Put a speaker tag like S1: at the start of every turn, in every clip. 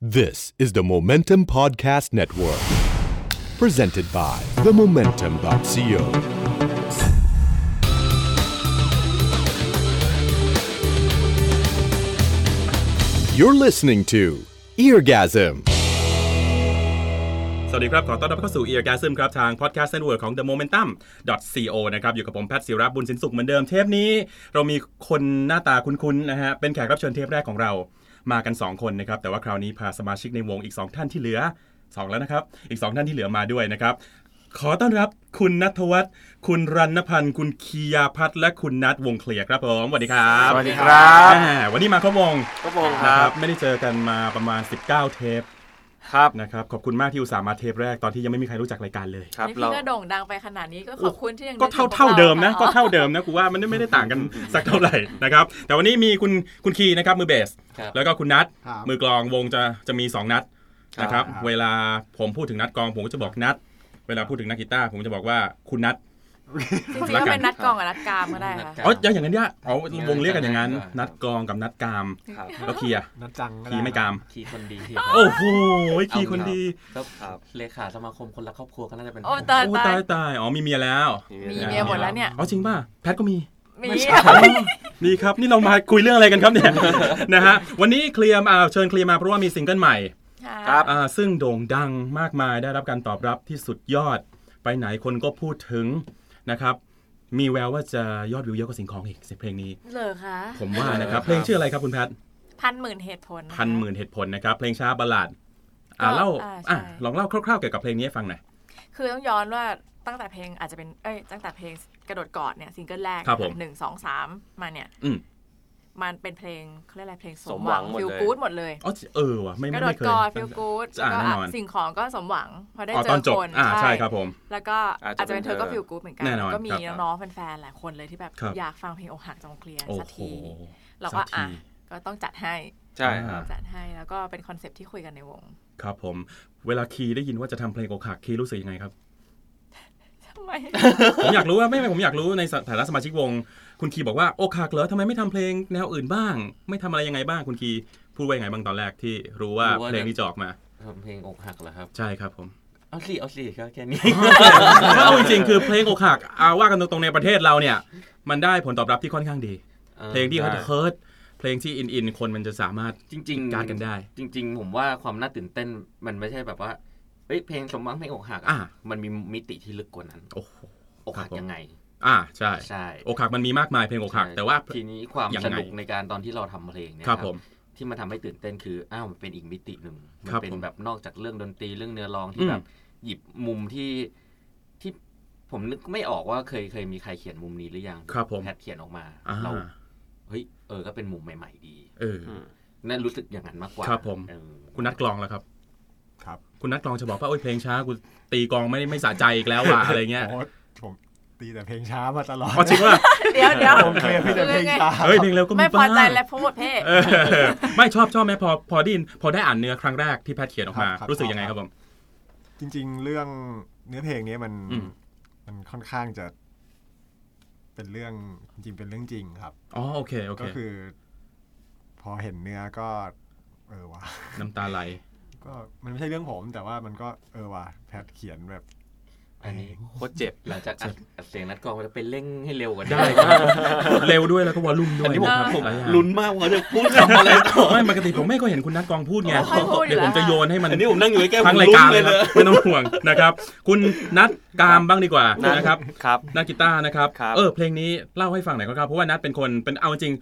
S1: This is the Momentum Podcast Network, presented by themomentum.co. โ You're listening to Eargasm.
S2: สวัสดีครับ ขอต้อนรับเข้าสู่ Eargasm ครับ ทาง Podcast Network ของ The Momentum co นะครับ อยู่กับผม แพทย์ศิระบุญสินสุขเหมือนเดิมเทปนี้ เรามีคนหน้าตาคุ้นๆนะฮะ เป็นแขกรับเชิญเทปแรกของเรามากัน 2 คนนะครับ แต่ว่าคราวนี้พาสมาชิกในวงอีก 2 ท่านที่เหลือ 2 แล้วนะครับ อีก 2 ท่านที่เหลือมาด้วยนะครับ ขอต้อนรับคุณนัทวัฒน์คุณรันณพันธ์ คุณคียาพัฒน์และคุณนัทวงเคลียร์ครับผมสวัสดีครับ
S3: สวัสดีครับ
S2: อ่าวันนี้มาครบวง
S3: ก็มงค
S2: นะค
S3: รั
S2: รั
S3: บบ
S2: ไม่ได้เจอกันมาประมาณ 19 เทป
S3: ครับ
S2: นะครับขอบคุณมากที่อุตส่าห์มาเทปแรกตอนที่ยังไม่มีใครรู้จักรายการเลย
S3: ครับ
S4: นี่
S3: เรา
S4: พี่ก็โด่งดังไปขนาดนี้ก็ขอบคุณที่ยัง
S2: ก็เท่า
S4: นึถึงพว
S2: เท่าเดิมนะ
S4: ร
S2: ก็เท่าเดิมนะกูว่ามันไม่ได้ต่ างกัน สักเท่าไหร่นะครับ แต่วันนี้มีคุณคุณคีนะครับมือเบส
S5: ครับ
S2: แล้วก็คุณนัท
S5: ครับ
S2: มือกลองวงจะจะมี 2 นัดนะครับ
S5: ครับ
S2: เวลาผมพูดถึงนัดกลองผมก็จะบอกนัด เวลาพูดถึงนักกีตาร์ผมจะบอกว่าคุณนัท
S4: จริงๆ
S2: ละกั
S4: ก็
S2: น
S4: เป็นนัดกองกับนัดกามก็ได้ค่ะ
S5: ครับ
S2: อ๋ออย่างนั้นเนี่ยอ๋อวงเรียกกันอย่างนั้น
S5: ครับ
S2: นัดกลองกับนัดกาม
S5: ครับ
S2: แล้วคีอะ
S5: นัดจัง
S2: คีไม่กาม
S5: ขี่คนดีที่
S2: โอ้โหคีคนดี
S5: ก็ครับเลขาสมาคมคนรักครอบครัวก็น่าจะเป็น
S4: โอ้ตาย
S2: โอ้ตายตายอ๋อมีเมียแล้ว
S4: มีเมียหมดแล้วเนี่ย
S2: อ๋อจริงป่ะแพทก็มี
S4: มี
S2: นี่ครับ นี่ เรามาคุยเรื่องอะไรกันครับเนี่ย นะฮะวันนี้เคลียร์มาเชิญเคลียร์มาเพราะว่ามีซิงเกิลใหม่
S3: ครับ
S2: อ่าซึ่งโด่งดังมากมายได้รับการตอบรับที่สุดยอด ไปไหนคนก็พูดถึงนะครับ มีแววว่าจะยอดวิวเยอะกว่าสิ่งของอีกสิเพลงนี้
S4: เหลอคะ
S2: ผมว่านะครับ เพลงชื่ออะไรครับคุณแพท
S4: พันหมื่นเหตุผลนะคะ
S2: พันหมื่นเหตุผลนะครับ เพลงช้าบัลลาดอ่าเล่า
S4: อ่าใช่
S2: อ่ะลองเล่าคร่าวๆเกี่ยวกับเพลงนี้ให้ฟังหน่อย
S4: คือต้องย้อนว่าตั้งแต่เพลงอาจจะเป็นเอ้ยตั้งแต่เพลงกระโดดกอดเนี่ยซิงเกิลแรก
S2: ครับผม
S4: หนึ่งสองสามมาเนี่ย
S2: อืม
S4: มันเป็นเพลงเขาเรียกอะไรเพลงส
S3: ส
S4: ม
S3: ม
S4: ห
S3: หวั
S4: วัง
S3: งหมด
S4: ฟิล
S3: เลย
S4: กู๊ดหมดเลย
S2: อ๋อเออว่ะไม่
S4: ก
S2: ไม่
S4: ระโด
S2: ไม่
S4: ด
S2: เคย
S4: กอดฟิลกู๊ดแล้ว
S2: อ่า
S4: ก็
S2: แน่นอน
S4: สิ่งของก็สมหวังพอได้
S2: อ๋อต
S4: เจ
S2: อ
S4: อน
S2: จบ
S4: คน
S2: อ่าใช่
S4: ใช่
S2: ครับผม
S4: แล้วก็
S3: อาจจะ
S4: อาจจะเป็นเธอก็
S3: เป็นเธอ
S4: ฟิลกู๊ดเหมือนกัน
S2: แน่นอน
S4: ก็มี
S2: ครับ
S4: น้องๆแฟนๆหลายคนเลยที่แบบ
S2: ครับ
S4: อยากฟังเพลงอกหักจองเคลียร์
S2: โอ้
S4: สัก
S2: โห
S4: ที เราก็
S2: สัที
S4: อ่ะก็ต้องจัดให้
S3: ใช่ครับ
S4: จัดให้แล้วก็เป็นคอนเซปต์ที่คุยกันในวง
S2: ครับผม เวลาคีย์ได้ยินว่าจะทำเพลงอกหักคีย์รู้สึกยังไงครับ
S4: ทำไม
S2: ผมอยากรู้ว่าไม่ไม่ผมอยากรู้ในฐานะสมาชิกวง คุณคีบอกว่าอกหักเหรอทำไมไม่ทำเพลงแนวอื่นบ้าง ไม่ทำอะไรยังไงบ้างคุณคีพูดว่ายังไงบ้างตอนแรกที่รู้ว่า
S5: รู้ว่า
S2: เพลงนี้จะออกมา
S5: ทำเพลงอกหักเหรอครับ
S2: ใช่ครับผม
S5: เอาสิเอาสิก็แค่นี้
S2: เอาจริงๆคือเพลงอกหักเอาว่ากันตรงๆในประเทศเราเนี่ย มันได้ผลตอบรับที่ค่อนข้างดี เพลงที่เขาจะ
S3: ได้
S2: เฮิร์ตเพลงที่อินอินๆคนมันจะสามารถ
S5: จริงๆ
S2: การกันได้
S5: จริง ๆ ผมว่าความน่าตื่นเต้นมันไม่ใช่แบบว่าเอ้ยเพลงสมหวังเพลงอกหัก
S2: อ่ะ
S5: มันมีมิติที่ลึกกว่านั้น
S2: โอ้โห
S5: อกหัก
S2: ครับผม
S5: ยังไง
S2: อ่าใช่
S5: ใช่
S2: อกหักมันมีมากมายเพลงอกหัก แต่ว่า
S5: ทีนี้ความ
S2: ยังไง
S5: สนุกในการตอนที่เราทำเพลงเนี่ย
S2: ครับผม
S5: ที่มันทำให้ตื่นเต้นคืออ้าวมันเป็นอีกมิติหนึ่งมั
S2: ครับ
S5: เป็น
S2: ผม
S5: แบบนอกจากเรื่องดนตรีเรื่องเนื้อร้อง
S2: อื
S5: ที่
S2: ม
S5: แบบหยิบมุมที่ที่ผมนึกไม่ออกว่าเคยเคยมีใครเขียนมุมนี้หรือยัง
S2: ครับผม
S5: แพทย์เขียนออกมา
S2: อ่า
S5: เราเฮ้ยเออก็เป็นมุมใหม่ ๆ ดี
S2: เออ
S5: นั่นรู้สึกอย่างนั้นมากกว่า
S2: ครับผม
S5: เออ
S2: คุณนัดกลองแล้วครับ
S6: ครับ
S2: คุณนัดกลองจะบอกว่าโอ้ยเพลงช้ากูตีกลองไม่ไม่สะใจอีกแล้วว่ะอะไรเงี้ย
S6: โอ้ผมตีแต่เพลงช้ามาตลอด
S2: อ๋อจริงว่า
S4: เดี๋ยวเดี๋ยว
S6: ผมเคยพี่แต่เพลงช้า
S2: เฮ้ยเพลงเร็วก็มี
S4: ไม่พอ
S2: บ้าง
S4: ใจและพูดเพ่
S2: เออ ไม่ชอบชอบไหมพอพอได้ยินพอได้อ่านเนื้อครั้งแรกที่แพทย์เขียนออกมา
S6: ครับครับ
S2: รู้สึกยังไงครับผม
S6: จริง ๆ เรื่องเนื้อเพลงเนี้ยมัน
S2: อืม
S6: มันค่อนข้างจะ เป็นเรื่องจริงๆเป็นเรื่องจริงครับ
S2: อ๋อโอเคโอเค
S6: ก็คือ พอเห็นเนื้อก็ เออว่ะ
S2: น้ำตา ไหล
S6: ก็มันไม่ใช่เรื่องผมแต่ว่ามันก็เออว่ะแพทเขียนแบบ
S5: อันนี้
S3: โคตรเจ็บ
S5: หลังจากอัดอัดเสียงนัดกลองมันจะเป็นเร่งให้เร็วกว่านี้
S2: ได้ครับ เร็วด้วยแล้วก็วอลลุ่มด้วย
S5: อันนี้ผม
S2: ครับ
S5: ผม
S2: หลายอย่าง
S5: ลุ้นมากว่าจะพูดคำอะไรต่อ
S2: ไม่ปกติผมไม่ก็เห็นคุณนัดกลองพูดไง
S4: ค่อยพูดอ
S2: เดี๋ย
S4: ยู่
S2: วผ
S4: แล้
S2: ม
S4: ว
S2: จะโยนให้มัน
S5: อันนี้ผมนั่งอยู่ใกล้ๆ
S2: ทั้ง
S5: ผม
S2: รายการ
S5: น
S2: เลยนะไม่ต้องห่วงนะครับ คุณนัดกามบ้างดีกว่านะครับ
S3: ครับ
S2: นักกีตาร์นะครับ
S3: ครับ
S2: เออเพลงนี้เล่าให้ฟังหน่อยครับเพราะว่านัทเป็นคนเป็นเอาจริง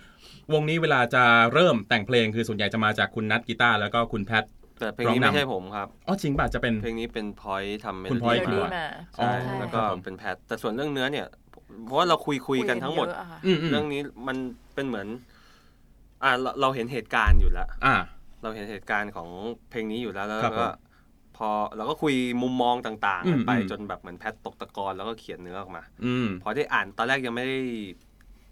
S2: วงนี้เวลาจะเริ่มแต่งเพลงคือส่วนใหญ่จะมาจากคุณนัทกีตาร์แล้วก็คุณแพท
S3: แต่เพลงนี้
S2: ร้องนำ
S3: ไม่ใช่ผมครับ
S2: อ๋อจริงป่ะจะเป็น
S3: เพลงนี้เป็นพอยทำเม
S2: คุณ
S3: โล
S2: Poi
S3: ดี้
S4: เดี๋
S2: ขึ้
S4: ยวดี
S2: น
S4: มา
S3: ใช่
S4: ใช่
S3: แล้วก็เป็นแพทแต่ส่วนเรื่องเนื้อเนี่ยเพราะว่าเราคุยคุยกันทั้งหมด
S4: คุยเยอะอะค่ะ
S2: อืมอืม
S3: เรื่องนี้มันเป็นเหมือน อ่าเราเราเห็นเหตุการณ์อยู่แล้ว
S2: อ่า
S3: เราเห็นเหตุการณ์ของเพลงนี้อยู่แล้วแล้ว
S2: ครับผม
S3: ก็พอเราก็คุยมุมมองต่าง
S2: อืม
S3: ๆกันไป
S2: อืม
S3: จนแบบเหมือนแพทตกตะกอนแล้วก็เขียนเนื้อออกมา
S2: อืม
S3: พอได้อ่านตอนแรกยังไม่ได้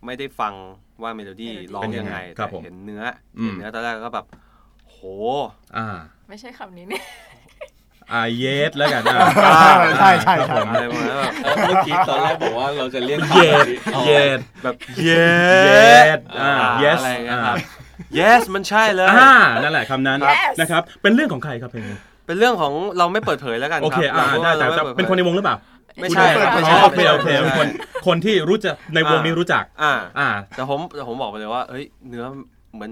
S3: ไม่ได้ฟังว่าเมโลดี้
S4: เมโลดี้
S3: ร้องยังไง
S2: เป็นยังไงครั
S3: แต่
S2: บผม
S3: เห็นเนื้อ
S2: ม
S3: อเห็นเนื้อตอนแรกก็แบบโห
S2: อ่า
S4: ไม่ใช่คำนี้เนี่ย
S2: อ่าเยสแล้วกันอ่า
S6: อ่าใช่ใช่
S2: ครับผม
S3: อะไรประมาณนั้นแบบ
S5: เมื่อกี้ตอนแรกบอกว่าเราจะเรียก
S2: เยส
S5: อ๋อ
S2: เยส
S3: แบบ
S2: เยสอ่า yes
S3: อะไรเงี้ย
S2: อ่า
S3: ครับ yes มันใช่เลย
S2: อ่านั่นแหละคำนั้น
S4: Yes
S2: นะครับ เป็นเรื่องของใครครับเพลงนี้
S3: เป็นเรื่องของเราไม่เปิดเผยแล้วกัน
S2: โอ
S3: ครั
S2: เคอ่า
S3: รา
S2: ได้แต่
S3: รา
S2: จะ
S3: ไม่
S2: เป็นคนในวงหรือเปล่า
S3: ไม่ใช่
S4: คุณ
S3: ไม่
S4: ไม่
S3: ใช่
S4: เปิ
S2: โอ
S4: ด
S2: เค
S4: เผย
S2: โอเคเป็นคนคนที่รู้จักในวงนี้รู้จัก
S3: อ่า
S2: อ่า
S3: แต่ผมแต่ผมบอกไปเลยว่าเฮ้ยเนื้อมัน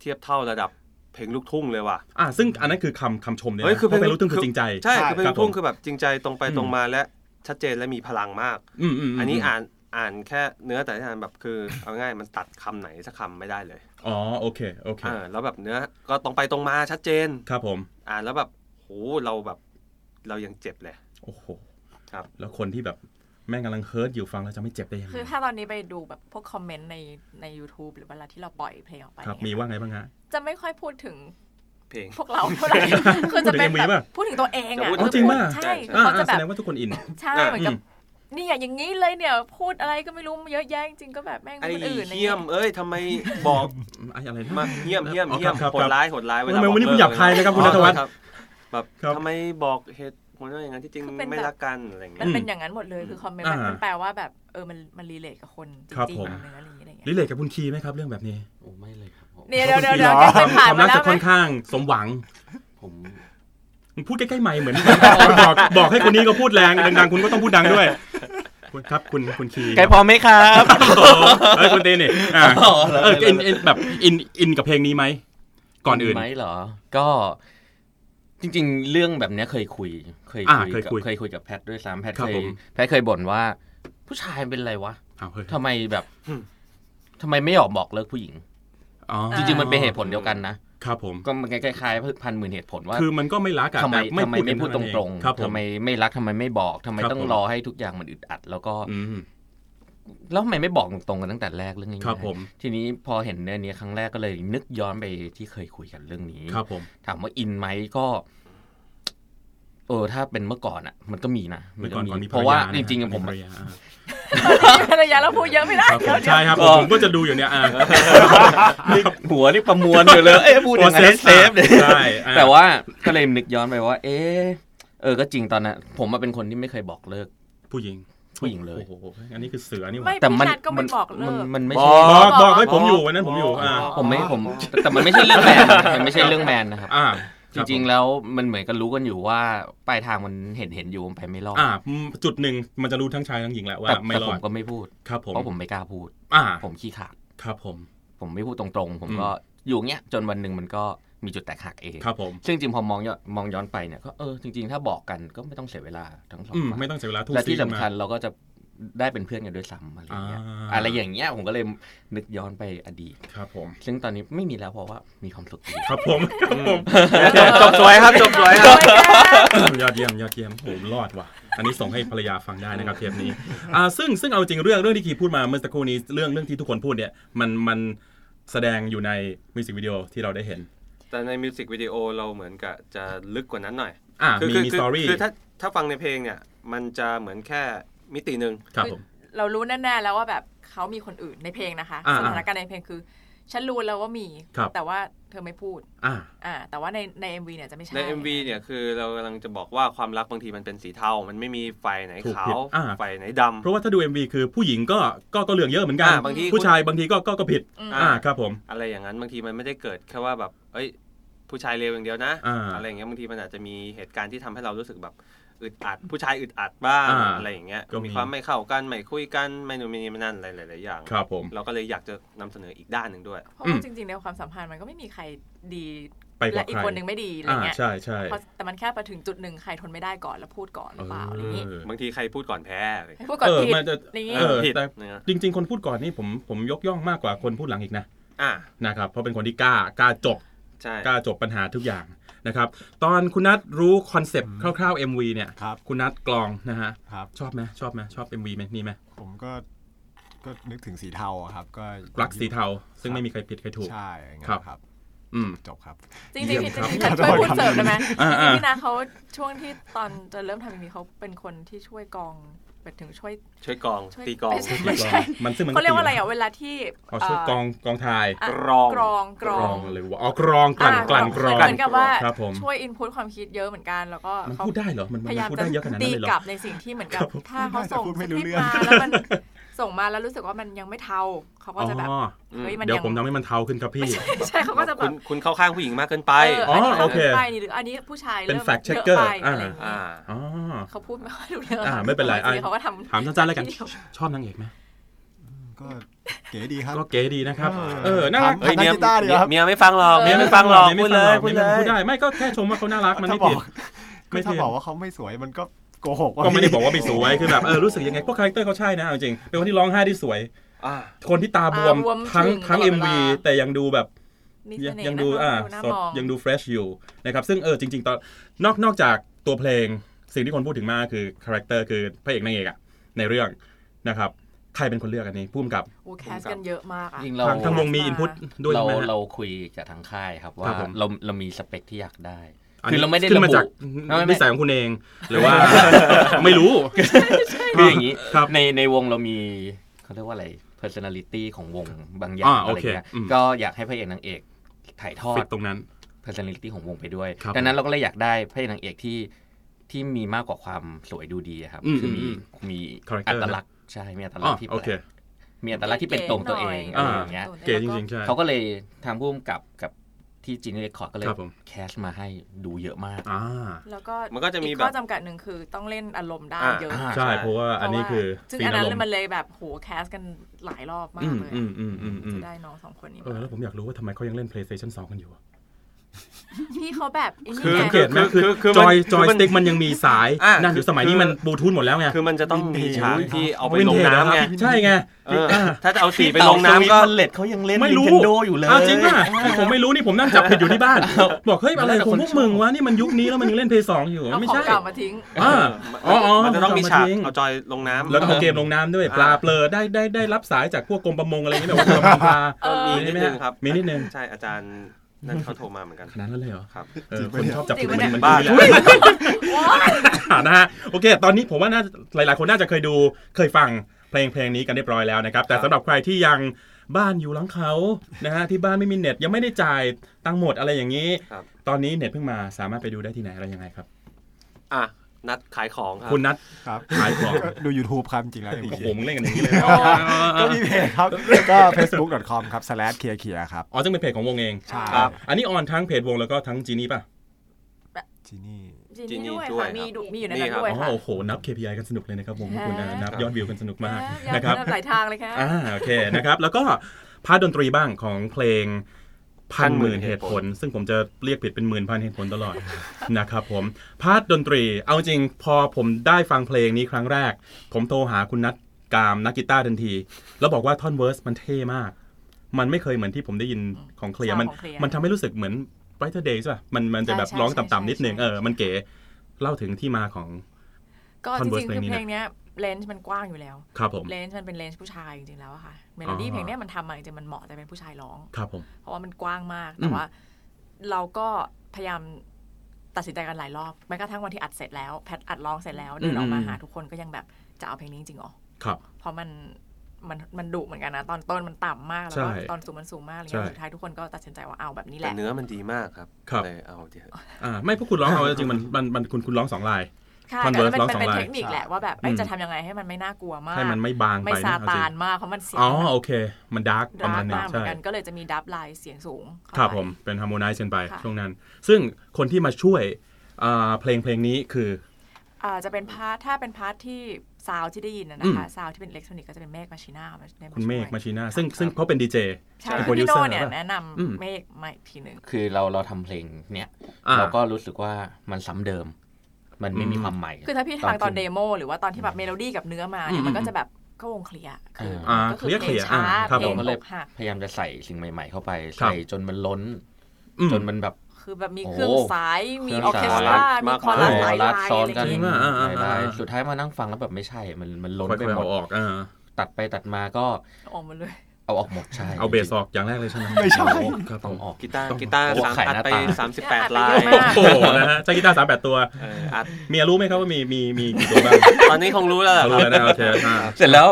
S3: เทียบเท่าระดับเพลงลูกทุ่งเลยว่ะ
S2: อ่า ซึ่งอันนั้นคือคำคำชมเนี่ย
S3: เฮ้ย
S2: นะ
S3: คือ
S2: เพราะเพลง
S3: เพลง
S2: รู้ตึงคือจริงใจ
S3: ใช่
S6: ใช่
S3: คือเพลง
S2: ครั
S3: ลู
S2: บ
S3: ก
S2: ผม
S3: ทุ่งคือแบบจริงใจตรงไป
S2: อืม
S3: ตรงมาและชัดเจนและมีพลังมาก
S2: อืมอืมม
S3: อันนี้อ่านอ่านแค่เนื้อแต่ละอันแบบคือเอาง่ายมันตัดคำไหนสักคำไม่ได้เลย
S2: อ๋อโอเคโอเค
S3: เออแล้วแบบเนื้อก็ตรงไปตรงมาชัดเจน
S2: ครับผม
S3: อ่านแล้วแบบโหเราแบบเรายังเจ็บเลย
S2: โอ้โห
S3: ครับ
S2: แล้วคนที่แบบแม่งกำลังเฮิร์ตอยู่ฟังแล้วจะไม่เจ็บได้ยังไง
S4: คือถ้าตอนนี้ไปดูแบบพวกคอมเมนต์ในใน YouTube หรือเวลาที่เราปล่อยเพลงออกไป
S2: ครับ
S4: เนี่ย
S2: มีว่าไงบ้างฮะ
S4: จะไม่ค่อยพูดถึง
S3: เพลง
S4: พวกเรา เท่าไหร่ คือจะเป็น
S2: พูดถึง MV
S4: แบ
S2: ป่ะ
S4: บพูดถึงตัวเอง
S3: จะ
S4: อะ
S3: พูด
S2: อ๋อจริงป่ะ
S4: ใช่
S3: ใช่
S4: คือเขา
S2: อ่า
S4: จะแบ
S2: แส
S4: บ
S2: ดงว่าทุกคนอิน
S4: ใช่เหมือนกับเนี่ยอย่างนี้เลยเนี่ยพูดอะไรก็ไม่รู้เยอะแยะจริงๆก็แบบแม่ง
S3: ไอ้
S4: คนอื่นอะไร
S3: เฮี้ย
S4: เงี้ย
S3: มเอ้ยทำไมบอก
S2: ไอ้อะไรนะ
S3: มาเฮี้ยมเฮี้ยม
S2: อ๋อ
S3: เฮี้
S2: ครับค
S3: ยม
S2: รับ
S3: โหดร้ายโหดร้ายเวลา
S2: ทำไม
S3: บก
S2: วันนี้คุณหยาบคายนะครับคุณ
S3: อ๋อ
S2: ณัฐวัฒน์
S3: รับแบบ
S2: ครับ
S3: ทำไมบอกเหตุผลว่าอย่างนั้นที่จริง
S4: คือเป็น
S3: ไม่
S4: แบบ
S3: รักกันอะไรอย่าง
S4: มั
S3: เงี้
S4: น
S3: ย
S4: เป็นอย่างนั้นหมดเลยคือคอมเมนต์มัน
S2: อ่ามั
S4: มันแปลว่าแบบเออมันมันรีเลทกับคนจ
S2: ครับ
S4: ริง
S2: ผม
S4: ๆอะไรอย่างเงี้ยอะไรเงี้ย
S2: รีเลทกับคุณคีไหมครับเรื่องแบบนี้
S5: โอ้ไม่เลยครับผม
S4: เนี่ยเดี๋ยวเดี๋ยวเดี๋ยวจะผ่า
S2: ค
S4: น
S2: วาม
S4: มา
S2: รัก
S4: แล้ว
S2: จะค่อน
S4: ไหม
S2: ข้างสมหวัง
S5: ผม
S2: มึงพูดใกล้ๆไม่เหมือน บอกบอกให้คนนี้ก็พูดแรงดังๆคุณก็ต้องพูดดังด้วยคุณครับคุณคุณคี
S5: ไกลพอไหมครับ
S2: เอ้ยคุณตีนี่อ่าเอออินอินแบบอินอินกับเพลงนี้ไหมก่อนอื่น
S5: ไหมเหรอ ก็ จริง ๆ เรื่องแบบเนี้ยเคยคุย เคย
S2: อ่า
S5: คุยกับ
S2: เคยคุย
S5: เคยคุยกับแพทด้วยซ้ำแพท
S2: ครับ
S5: เคย
S2: ผม
S5: แพทเคยบ่นว่า ผู้ชายเป็นไรวะ
S2: อ้าวเฮ้ย
S5: ทำไมแบบ
S3: อืม
S5: ทำไมไม่ยอมบอกเลิกผู้หญิง
S2: อ๋อ
S5: จริง ๆ มันเป็นเหตุผลเดียวกันนะ
S2: ครับผม
S5: ก็มันคล้ายๆพันหมื่นเหตุผลว่า
S2: คือมันก็ไม่รักอะ
S5: ทำไม
S2: แต่
S5: ทำไมไม่พูดตรง
S2: ครับผม
S5: ๆทำไมไม่รักทำไมไม่บอกทำไม
S2: ครับ
S5: ต้อง
S2: ผม
S5: รอให้ทุกอย่างมันอึดอัด แล้วก็
S2: อืม
S5: แล้วทำไมไม่บอกตรงๆกันตั้งแต่แรกเรื่องนี้
S2: ครับผม
S5: ทีนี้พอเห็นเรื่องนี้ครั้งแรกก็เลยนึกย้อนไปที่เคยคุยกันเรื่องนี้
S2: ครับผม
S5: ถามว่าอินไหมก็ เออถ้าเป็นเมื่อก่อนอ่ะ มันก็มีนะ
S2: เมื่อก่อนก่อนมี
S5: เพราะว่า
S2: ภย
S5: จริง
S2: น
S5: ๆผม
S2: ภยาอ่า
S4: มีภรรยาแล้วพูดเยอะไม่ได้
S2: ครับผ
S4: เดี๋
S2: ม
S4: ยวเดี๋ยว
S2: ใช่ครับผมผมก็จะดูอยู่เนี่ยอ่า
S5: หัวนี่ประมวลอยู่ เลย เอ๊ะพูดอย่างนั้นเซฟเลย
S2: ใช่อ่า
S5: แต่ว่าก็เลยนึกย้อนไปว่า เอ๊ะเออก็จริงตอนนั้นผมมาเป็นคนที่ไม่เคยบอกเลิก
S2: ผู้หญิง
S5: ผู้หญิงเลย
S2: โอ้โห อันนี้คือเสือนี่หว่า
S4: ไม่
S5: แต่มัน
S4: พี่นัทก็ไม่บอกเลิก
S5: มันมันไม่
S3: บ
S5: ใช่
S2: บอ
S3: อก
S2: กบอกให้
S3: บอก
S2: ผมอยู่วันนั้นผมอยู่ อ่า
S3: บอก
S5: ผมไม่ผมแต่มันไม่ใช่เรื่องแมนมันไม่ใช่เรื่องแมนนะครับ
S2: อ่า
S5: จริงๆแล้วมันเหมือนกันรู้กันอยู่ว่าปลายทางมันเห็นเห็นอยู่มันไปไม่รอด
S2: อ่า จุดหนึ่งมันจะรู้ทั้งชายทั้งหญิงแหละว่า
S5: แต่
S2: ไม่
S5: แต่
S2: ร
S5: ผ
S2: อ
S5: ม
S2: ด
S5: ก็ไม่พูด
S2: ครับผม
S5: เพราะผมไม่กล้าพูด
S2: อ่า
S5: ผมขี้ขลาด
S2: ครับผม
S5: ผมไม่พูดตรงๆ ผม
S2: อืม
S5: ก็อยู่เงี้ยจนวันหนึ่งมันก็มีจุดแตกหักเอง
S2: ครับผม
S5: ซึ่งจริงๆพอมองย้อนมองย้อนไปเนี่ยก็เออจริงๆ ถ้าบอกกันก็ไม่ต้องเสียเวลาทั้งสอง
S2: อืม
S5: ฝ่าย
S2: ไม่ต้องเสียเวลาทุ่ม
S5: และที่
S2: ซี
S5: สำ
S2: มา
S5: คัญเราก็จะได้เป็นเพื่อนกันด้วยซ้ำอะไรอย่างเงี้ย
S2: อ่า
S5: อะไรอย่างเงี้ยผมก็เลยนึกย้อนไปอดีต
S2: ครับผม
S5: ซึ่งตอนนี้ไม่มีแล้วเพราะว่ามีความสุขดี
S2: ครับผม ครับผม
S3: จบสวย ครับจบสวยครับ
S2: ยอดเยี่ยมยอดเยี่ยมผมรอดว่ะ อันนี้ส่งให้ภรรยาฟังได้นะครับเทปนี้อ่าซึ่งซึ่งเอาจริงเรื่องเรื่องที่คีพูดมาเมื่อสักครู่นี้เรื่องเรื่องที่ทุกคนพูดเนี่ยมันมันแสดงอยู่ในมิวสิกวิดีโอที่เราได้เห็น
S3: แต่ในมิวสิกวิดีโอเราเหมือนกับจะลึกกว่านั้นหน่อย
S2: อ่า
S3: คื
S2: มีมีสตอรี่
S3: คือถ้าถ้าฟังในเพลงเนี่ย มันจะเหมือนแค่มิติหนึ่ง
S2: ครับผม
S4: เรารู้แน่ๆแล้วว่าแบบเขามีคนอื่นในเพลงนะคะ
S2: อ่า
S4: สถานการณ์ในเพลงคือ ฉันรู้แล้วว่ามี
S2: ครับ
S4: แต่ว่าเธอไม่พูด
S2: อ่า
S4: อ่าแต่ว่าในใน MV เนี่ยจะไม่ใช่
S3: ใน MV เนี่ยคือเรากำลังจะบอกว่าความรักบางทีมันเป็นสีเทา มันไม่มีฝ่ายไหน
S2: ถูก
S3: ขา
S2: ผิด
S3: ว
S2: อ่า
S3: ฝ่ายไหนด
S2: เพราะว่าถ้าดู MV คือผู้หญิงก็ก็ก็เหลืองเยอะเหมือนกัน
S3: อ่าบางที
S2: ผู้ชายบางทีก็ก็ก็ผิด
S4: อืม
S3: อ่า
S2: อ่าครับผม
S3: ำอะไรอย่างนั้นบางทีมันไม่ได้เกิดแค่ว่าแบบ เอ้ย ผู้ชายเลวอย่างเดียวนะ
S2: อ่า
S3: ไรอย่างเงี้ยบางทีมันอาจจะมีเหตุการณ์ที่ทำให้เรารู้สึกแบบอึดอัด ผู้ชายอึดอัดบ้าง
S2: อ่า
S3: อะไรอย่างเงี้ย
S2: ก็มี
S3: มีความไม่เข้ากันไม่คุยกันไม่นู่นไม่นี่ไม่นั่นอะไรหลายๆอย่าง
S2: ครับผม
S3: เราก็เลยอยากจะนำเสนออีกด้านหนึ่งด้วย
S4: เพราะ
S2: อืม
S4: ว่าจริงๆในความสัมพันธ์มันก็ไม่มีใครดี
S2: ไปก
S4: และ
S2: ว่า
S4: อี
S2: ใค
S4: ก
S2: ร
S4: คนหนึ่งไม่ดีอะไร
S2: อ่า
S4: เงี้ย
S2: ใช่ใช่
S4: เพราะแต่มันแค่ไปถึงจุดหนึ่งใครทนไม่ได้ก่อนแล้วพูดก่อนห
S2: เอ
S4: รือเปล่าอะไรอย่างงี้
S2: อ
S3: บางทีใครพูดก่อนแพ้อะไรอย่าง
S4: ให้
S3: เงี้ย
S4: พูดก่อน
S2: เออ
S4: ผิด
S2: มันจะ
S4: อะไรอย่างงี้
S2: เออ
S3: ผิด
S2: แต่
S3: นะ
S2: จริง ๆ คนพูดก่อนนี่ผมผมยกย่องมากกว่าคนพูดหลังอีกนะ
S3: อ่า
S2: นะครับเพราะเป็นคนที่กล้ากล้าจบ
S3: ใช่
S2: กล้าจบปัญหาทุกอย่างนะครับ ตอนคุณนัทรู้คอนเซปต์คร่าวๆ MV เนี่ย
S6: ครับ
S2: คุณนัทกลองนะฮะ
S6: ครับ
S2: ชอบไหมชอบไหมชอบ MV ไหมนี่ไหม
S6: ผมก็ก็นึกถึงสีเทาอะครับ ก็
S2: รักสีเทา ซึ่งไม่มีใครผิดใครถูก
S6: ใช่อย่างเงี้
S2: ครับ
S6: ยครับ
S2: อืม
S6: จบครับ
S4: จริงๆจ
S2: เยี่
S4: ริ
S2: ย
S4: ง
S2: มครับ
S4: ๆฉันช่วยพูดเสริมได้ไหม
S2: อ่า
S4: จริง
S2: อ่า
S4: ๆพี่นาเขาช่วงที่ตอนจะเริ่มทำมีเขาเป็นคนที่ช่วยกองแบบถึงช่วย
S3: ช่วยกอง
S4: ช่วย
S3: ตีกอง
S4: ไม่ใช่
S2: ที่กลองมันซึ่งมัน
S4: เขาเรียกว่าอะไร
S2: ตี
S4: อ่ะเวลาที่
S2: เอาช่วยกองกองทาย
S4: เะ
S3: กรอง
S4: กรองก
S2: ก
S4: รอ
S2: รอง งเลยวะอ๋อกรองกลั่น
S4: อ่ะ
S2: กลั่นกรอง
S4: เหมือนกับว่า
S2: ครับผม
S4: ช่วยอินพุตความคิดเยอะเหมือนกัน แล้วก็
S2: มัน
S4: เขา
S2: พูดได้เหรอ มัน
S4: พยายาม
S2: พูด
S4: จะ
S2: ได้เยอะขนาดนั้
S4: ตี
S2: นเลยเหร
S4: กลั
S2: อ
S4: บในสิ่งที่เหมือนกั
S2: ครับ บผม
S4: ถ้าเขาส่ง
S6: พูด
S4: ส
S6: ไม่
S4: ค
S6: รู้
S4: ริป
S6: เรื่
S4: ต์
S6: อ
S4: มา
S6: ง
S4: แล้วมัน ส่งมาแล้วรู้สึกว่ามันยังไม่เทาเขาก็จะแบบ
S2: อ๋อ
S4: เฮ้ยมัน
S2: เดี๋ยว
S4: ง
S2: ผมทำให้มันเทาขึ้นครับพี่
S4: ใช่เขาก็จะแบ
S3: คุ
S4: บ
S3: ณคุณเข้าข้างผู้หญิงมากเกินไป
S4: เอออันนี้
S2: อ๋อโอ
S4: เขา
S2: เค
S4: เกินไปนี่หรืออันนี้ผู้ชาย
S2: เป็น
S4: ริ่ม
S2: fact
S4: ยอะ
S2: checker
S4: ไปอะไรอย่างเงี้
S3: อ่า
S4: ย
S2: อ๋อ
S4: เขาพูดไม่ค่อยรู้เรื่อง
S2: อ่าไม่เป็นไร
S4: ทีนี้
S2: อ่ะ
S4: เขาก็ท
S2: ถามสั้นๆแล้วกัน
S4: ทีเดีย
S2: ชอบนางเอกไหม
S6: ก็เก๋ดีครับ
S2: ก็เก๋ดีนะครับ
S6: เออ
S2: เออน่ารัก
S6: เฮ้ยเมีย
S3: เมี
S6: เมีย
S3: เมียไม่ฟังหรอก
S4: เออ
S3: เมียไม่ฟังหรอก
S2: ไม่
S3: พูด
S2: ฟังห
S3: เล
S2: ร
S3: ย
S2: อก
S3: พูด
S2: ไม่
S3: เล
S2: ฟัง
S3: ย
S2: พูดได้ไม่ก็แค่ชมว่าเขาน่ารักมัน
S6: ถ้า
S2: ไม่
S6: บอ
S2: ผิ
S6: ก
S2: ด
S6: ก็
S2: ไม่
S6: ถ้า
S2: ผิด
S6: บอกว่าเขาไม่สวยมันก็โกหก
S2: ก็ไม่ได้
S6: พี่
S2: บอกว่าไม่สวยคือแบบเออรู้สึกยังไงพวกคาแรคเตอร์เขาใช่นะเอาจริงเป็นคนที่ร้องไห้ที่สวย
S3: อ่า
S2: คนที่ตาบวม
S4: ตาบวม
S2: ทั้ง
S4: ถึง
S2: ทั้ง
S4: ตลอดเว
S2: MV
S4: ลา
S2: แต่ยังดูแบบ
S4: มีเสน่ห์
S2: ยัง
S4: นะ
S2: ดู
S4: คะ
S2: อ่า
S4: หน้า
S2: สด
S4: มอง
S2: ยังดูเฟรชอยู่นะครับ ซึ่งเออจริง ๆ ตอนนอกนอกจากตัวเพลง สิ่งที่คนพูดถึงมากคือคาแรคเตอร์คือพระเอกนางเอกอะในเรื่องนะครับ ใครเป็นคนเลือกอันนี้พุ่มกับ
S4: โอ้แคสกันเยอะมากอะ
S5: จริงๆเรา
S2: ทางทางวงมีอินพุตด้วย
S5: เรา
S2: ใช่ไหมฮะ
S5: เราคุยจากทางค่ายครับ
S2: ครั
S5: ว่า
S2: บผม
S5: เราเรามีสเปคที่อยากได้
S2: น
S5: คื
S2: นี้
S5: อเราไม่ได้
S2: ขึ้
S5: ระ
S2: นมา
S5: บุ
S2: จาก
S5: ไม่ไม่
S2: นิสัยของคุณเอง หรือว่า ไม่รู้
S5: คืออย่างนี้
S2: ครับ
S5: ในในวงเรามีเขาเรียกว่าอะไร personality ของวงบางอย่า
S2: อ่าง
S5: อะไรเงี้ย
S2: โอเคอืม
S5: ก็อยากให้พระเอกนางเอกถ่ายทอ
S2: ฟิ
S5: ด
S2: ตตรงนั้น
S5: personality ของวงไปด้วย
S2: ครับ
S5: ดังนั้นเราก็เลยอยากได้พระเอกนางเอกที่ที่มีมากกว่าความสวยดูดีอะครับ
S2: อืม
S5: คือมี
S2: อืม
S5: มี
S2: คาแรคเต
S5: อั
S2: อร์
S5: ต
S2: นะ
S5: ลักษณ์ใช่มีอัตลั
S2: อ๋
S5: ก
S2: อ
S5: ษณ์ที่แป
S2: โอ
S5: ล
S2: เค
S5: กมีอัตลักษณ์ที่เป็นตรงตัวเอง
S4: เก๋ๆหน่อย
S5: อะไรอย่างเงี้ย
S2: เก๋จริงๆใช่
S5: เขาก็เลยทางผู้กำกับกับที่จีนเรคคอร์ดก็เลย
S2: ครับผม
S5: แคสมาให้ดูเยอะมาก
S2: อ่า
S4: แล้วก็
S3: มันก็จะมี
S4: อีก
S3: แบ
S4: ข้อบ จำกัดหนึ่งคือต้องเล่นอารมณ์ได้
S3: อ่า
S4: เยอะ
S5: อ่า
S2: ใช่เพราะว่าอันนี้คือ
S4: เพ
S2: ฟี
S4: ราะว่าซึ่งอัน
S2: นอา
S4: นั้
S2: รม
S4: นมัน
S2: ณ์
S4: เลยแบบโหแคสกันหลายรอบมา
S2: อื
S4: ก
S2: ม
S4: เลย
S2: อืมอืมอืมอืม
S4: จะได้น้องสองคนนี้
S2: เออแล้วผมอยากรู้ว่าทำไมเขายังเล่น PlayStation 2 กันอยู่อะ
S4: พี่เขาแบบไอ้
S3: คื
S4: นี่
S3: อ
S4: ไง
S2: สังเกตไหมคือ
S3: คือคือ
S2: จอย
S3: มัน
S2: จอย
S3: คือมั
S2: ส
S3: น
S2: ติ๊กมันยังมีสาย
S3: อ่ะ
S2: นั่นอยู่สมัยนี้มัน
S3: คือ
S2: บลูทูธหมดแล้วไง
S3: คือมันจะต้องมีฉากที่เอาไป
S2: วิ
S3: ลง
S2: เทจ
S3: น้ำไง
S2: ใช่ไง
S3: เออถ้าจะเอาสีไปลงน้ำก็
S5: เล็ดเขายังเล่น
S2: ไม่รู้
S5: Nintendo อยู่เลย
S2: จริงป่ะผมไม่รู้นี่ผมนั่งจับผิดอยู่ที่บ้าน บอกเฮ้ยอะไรของพวกมึงวะนี่มันยุคนี้แล้วมันยังเล่นเพย์สองอยู่
S4: เอา
S2: ไม่
S4: ของ
S2: ใช่
S4: เก่ามาทิ้ง
S2: อ่าอ๋ออ๋อ
S3: มันจะต้องมีฉาก
S2: ทิ้
S3: เอาจอยลงน้ำ
S2: แล้วก็เอาเกมลงน้ำด้วย ปลาเปลือได้ได้ได้รับสายจากพวกกรมประมงอะไรอย่างเงี้ยแบบว่ากำลังปลา
S3: ก็มีนิดนึงครับ
S2: มีนิดนึง
S3: ใช่อาจารย์นั่นเขาโทรมาเหมือนกัน
S2: ขนาดนั้นเลยเหรอ
S3: ครับ
S2: เออคนชอบจับผิดมันมัน
S3: บ้า
S2: ดูแล นะฮะโอเค ตอนนี้ผมว่าน่าหลาย ๆ คนน่าจะเคยดูเคยฟังเพลงเพลงนี้กันเรียบร้อยแล้วนะครับ แต่
S3: ครับ
S2: สำหรับใครที่ยังบ้านอยู่หลังเขานะฮะที่บ้านไม่มีเน็ตยังไม่ได้จ่ายตังค์หมดอะไรอย่างนี้
S3: ครับ
S2: ตอนนี้เน็ตเพิ่งมาสามารถไปดูได้ที่ไหนอะไรยังไงครับ
S3: อ่ะนัดขายของครับ
S2: คุณนัท
S6: ครับ
S2: ขายของ
S6: ก็ดู YouTube ครับจริงๆแล้ว MV
S2: โอ้โหมึงเล่นกันอย่างนี้เลย
S6: ก็มีเพจ ครับก็ facebook.com ครับ slash เคลียร์ครับ
S2: อ๋อซึ่งเป็นเพจของวงเอง
S6: ใช่
S2: อ่ะอันนี้ออนทั้งเพจวงแล้วก็ทั้งจีนี่ป่ะ
S6: ทีนี่
S4: จีนี่ด้วย
S3: ด้วย
S4: ค่ะ
S3: ครับ
S4: มีดูมีอยู่ใน
S3: นี่
S4: นั้น
S3: ครับ
S4: ด้วย
S2: อ๋อ
S4: ค่ะ
S2: โอ้โหนับ KPI กันสนุกเลยนะครับวงพวกคุณนะนับยอดวิวกันสนุกมาก
S4: อยาก
S2: นะครับ
S4: ทำหลายทางเลยค่ะ
S2: อ่าโอเคนะครับ แล้วก็พาร์ทดนตรีบ้างของเพลงพันหมื่นเหตุผล ซึ่งผมจะเรียกผิดเป็นหมื่นพันเหตุผลตลอด นะครับผมพาร์ทดนตรี เอาจริงพอผมได้ฟังเพลงนี้ครั้งแรก ผมโทรหาคุณนัทกามนักกีตาร์ทันที แล้วบอกว่าท่อนเวิร์สมันเท่มาก มันไม่เคยเหมือนที่ผมได้ยินของเคลียร์มัน
S4: ใช่ของ Clear
S2: มันทำให้รู้สึกเหมือน Brighter Days ป่ะมันมันจะแบบ
S4: ใช่
S2: ร้อง
S4: ใช่
S2: ต่ำๆนิดนึง
S4: ใช่
S2: เออมันเก๋เล่าถึงที่มาของ
S4: ก็จ
S2: Converse
S4: ริงๆคือ
S2: เพ
S4: เพ
S2: ล
S4: ล
S2: ง
S4: ง
S2: นี้นะ
S4: เนี้ยเลนส์มันกว้างอยู่แล้ว
S2: ครับผม
S4: เลนส์มันเป็นเลนส์ผู้ชายจริงๆแล้วอะค่ะ เมโลดี้
S2: อ่า
S4: เพลงเนี้ยมันทำมาจริงๆมันเหมาะแต่เป็นผู้ชายร้อง
S2: ครับผม
S4: เพราะว่ามันกว้างมาก
S2: อื
S4: แต่
S2: ม
S4: ว่าเราก็พยายามตัดสินใจกันหลายรอบแม้กระทั่งวันที่อัดเสร็จแล้วแพทอัดร้องเสร็จแล้วเดินออกมาหาทุกคนก็ยังแบบจะเอาเพลงนี้จริงๆเหรอ
S2: ครับ
S4: เพราะมันมันมันดุเหมือนกันนะ ตอนต้นมันต่ำมากแล้วก็
S2: ใช่
S4: ตอนสูงมันสูงมากอะไร
S2: ใช่
S4: เงี้ยสุดท้ายทุกคนก็ตัดสินใจว่าเอาแบบนี้แห
S3: แต่
S4: ละ
S3: เนื้อมันดีมากครับ
S2: ครับ
S3: เลยเอาเดี๋ยว
S2: อ่าไม่พวกคุณร้องเอาจริงๆมันมันมันคุณคุณร้องสองลาย
S4: ค่ะ
S2: Converse
S4: แต่ว่ามัน
S2: ร้อง
S4: มันเป็น
S2: สองลาย
S4: เทคนิคแหละว่าแบบเอ้ย
S2: อืม
S4: จะทำยังไงให้มันไม่น่ากลัวมาก
S2: ให้มันไม่บางไป
S4: ไม่
S2: นะ
S4: ซา
S2: เอจริ
S4: ตาง นมากเพราะมันเสียง
S2: อ๋อ
S4: แบบ
S2: โอเค มันดาร์กประ
S4: ดา
S2: มา
S4: ร์
S2: ณห
S4: ก
S2: นึง
S4: มากเหมือ
S2: ใช่
S4: นกันก็เลยจะมีดับไลน์เสียงสูงเข้า
S2: ครับ
S4: ไป
S2: ผมเป็นฮาร์โมไนซ์กันไป
S4: ค่ะ
S2: ช่วงนั้น ซึ่งคนที่มาช่วยอ่าเพลงเพลงนี้คือ
S4: อ่าจะเป็นพาร์ทถ้าเป็นพาร์ทที่ซาวที่ได้ยินนะนะคะ
S2: อืม
S4: ซาวที่เป็นอิเล็กทรอนิกส์ก็จะเป็นเมฆมาชิน่ามาได้า
S2: คุณเมฆ
S4: ช่วย
S2: มาชิน่าซึ่งซึ่งเขาเป็นดีเจ
S4: ใช่
S2: เป็น
S4: คุณพี่โน่
S2: producer
S4: เนี่ย
S2: หรือเปล่า
S4: แนะน
S2: อืม
S4: ำเมฆมาอีกทีหนึ่ง
S5: คือเราเราทำเพลงเนี่ย
S2: อ่า
S5: เราก็รู้สึกว่ามันซ้ำเดิม มันไม่มี
S2: อืม
S5: ความใหม่
S4: คือถ้าพี่ฟังตอนเดโมหรือว่าตอนที่แบบเมโลดี้กับเนื้อมาเนี่ยมันก็จะแบบก็วงเคลียร์คืออา ก็คือเพ
S2: เค
S4: ล
S2: ลี
S4: ง
S2: ยร์ๆ
S4: ช้า
S2: อ่าครับ
S4: เพลง
S5: ผม
S4: อกหัก
S5: พยายามจะใส่สิ่งใหม่ ๆ เข้าไป
S2: ครับ
S5: ใส่จนมันล้น
S2: อืม
S5: จนมันแบบ
S4: คือแบบมี
S5: โอ้
S4: เครื่องสายมี
S5: เค
S4: ออร์
S5: รื่อง
S4: เค
S5: สา
S4: สต
S5: ย
S4: รามีคอรัสห
S5: ค
S4: ลา
S5: อย รัส
S4: ลาย
S5: ซ้อน
S4: อะไร
S5: กัน
S4: อย่างเงี้ย
S2: อ่าอ่าอ่า
S5: หลายๆสุดท้ายมานั่งฟังแล้วแบบไม่ใช่ มันมันล้น
S2: ค่อย
S5: ไป
S2: ๆ
S5: หม
S2: เอา
S5: ด
S2: ออกอ่า
S5: ตัดไปตัดมาก็
S4: ออกมาเลย
S5: เอาออกหมดใช่
S2: เอาเบสออกอย่างแรกเลยใช่ไหม
S6: ไม่ใช่
S2: โอ้โหครับผ
S5: ต้อ
S2: ม
S5: งออก
S3: กีตาร์กีตาร์
S5: โอ้
S3: สาม
S5: ขายห
S3: อัด
S5: น้า
S3: ไป
S5: ตา
S3: สามสิบแปด
S4: อัดไป
S3: ลาย
S4: เยอะมาก
S2: โอ้โหนะฮะใช้กีตาร์สามแปดตัว
S3: เอออัด
S2: เมียรู้ไหมครับว่ามีมีมีกี่ตัวบ้าง
S3: ตอนนี้คงรู้แล้วแหละ
S2: เขา
S3: ค
S2: รู้
S3: รั
S2: แล้
S3: บ
S2: วนะโอเคอ่า
S5: เสร็จแล้ว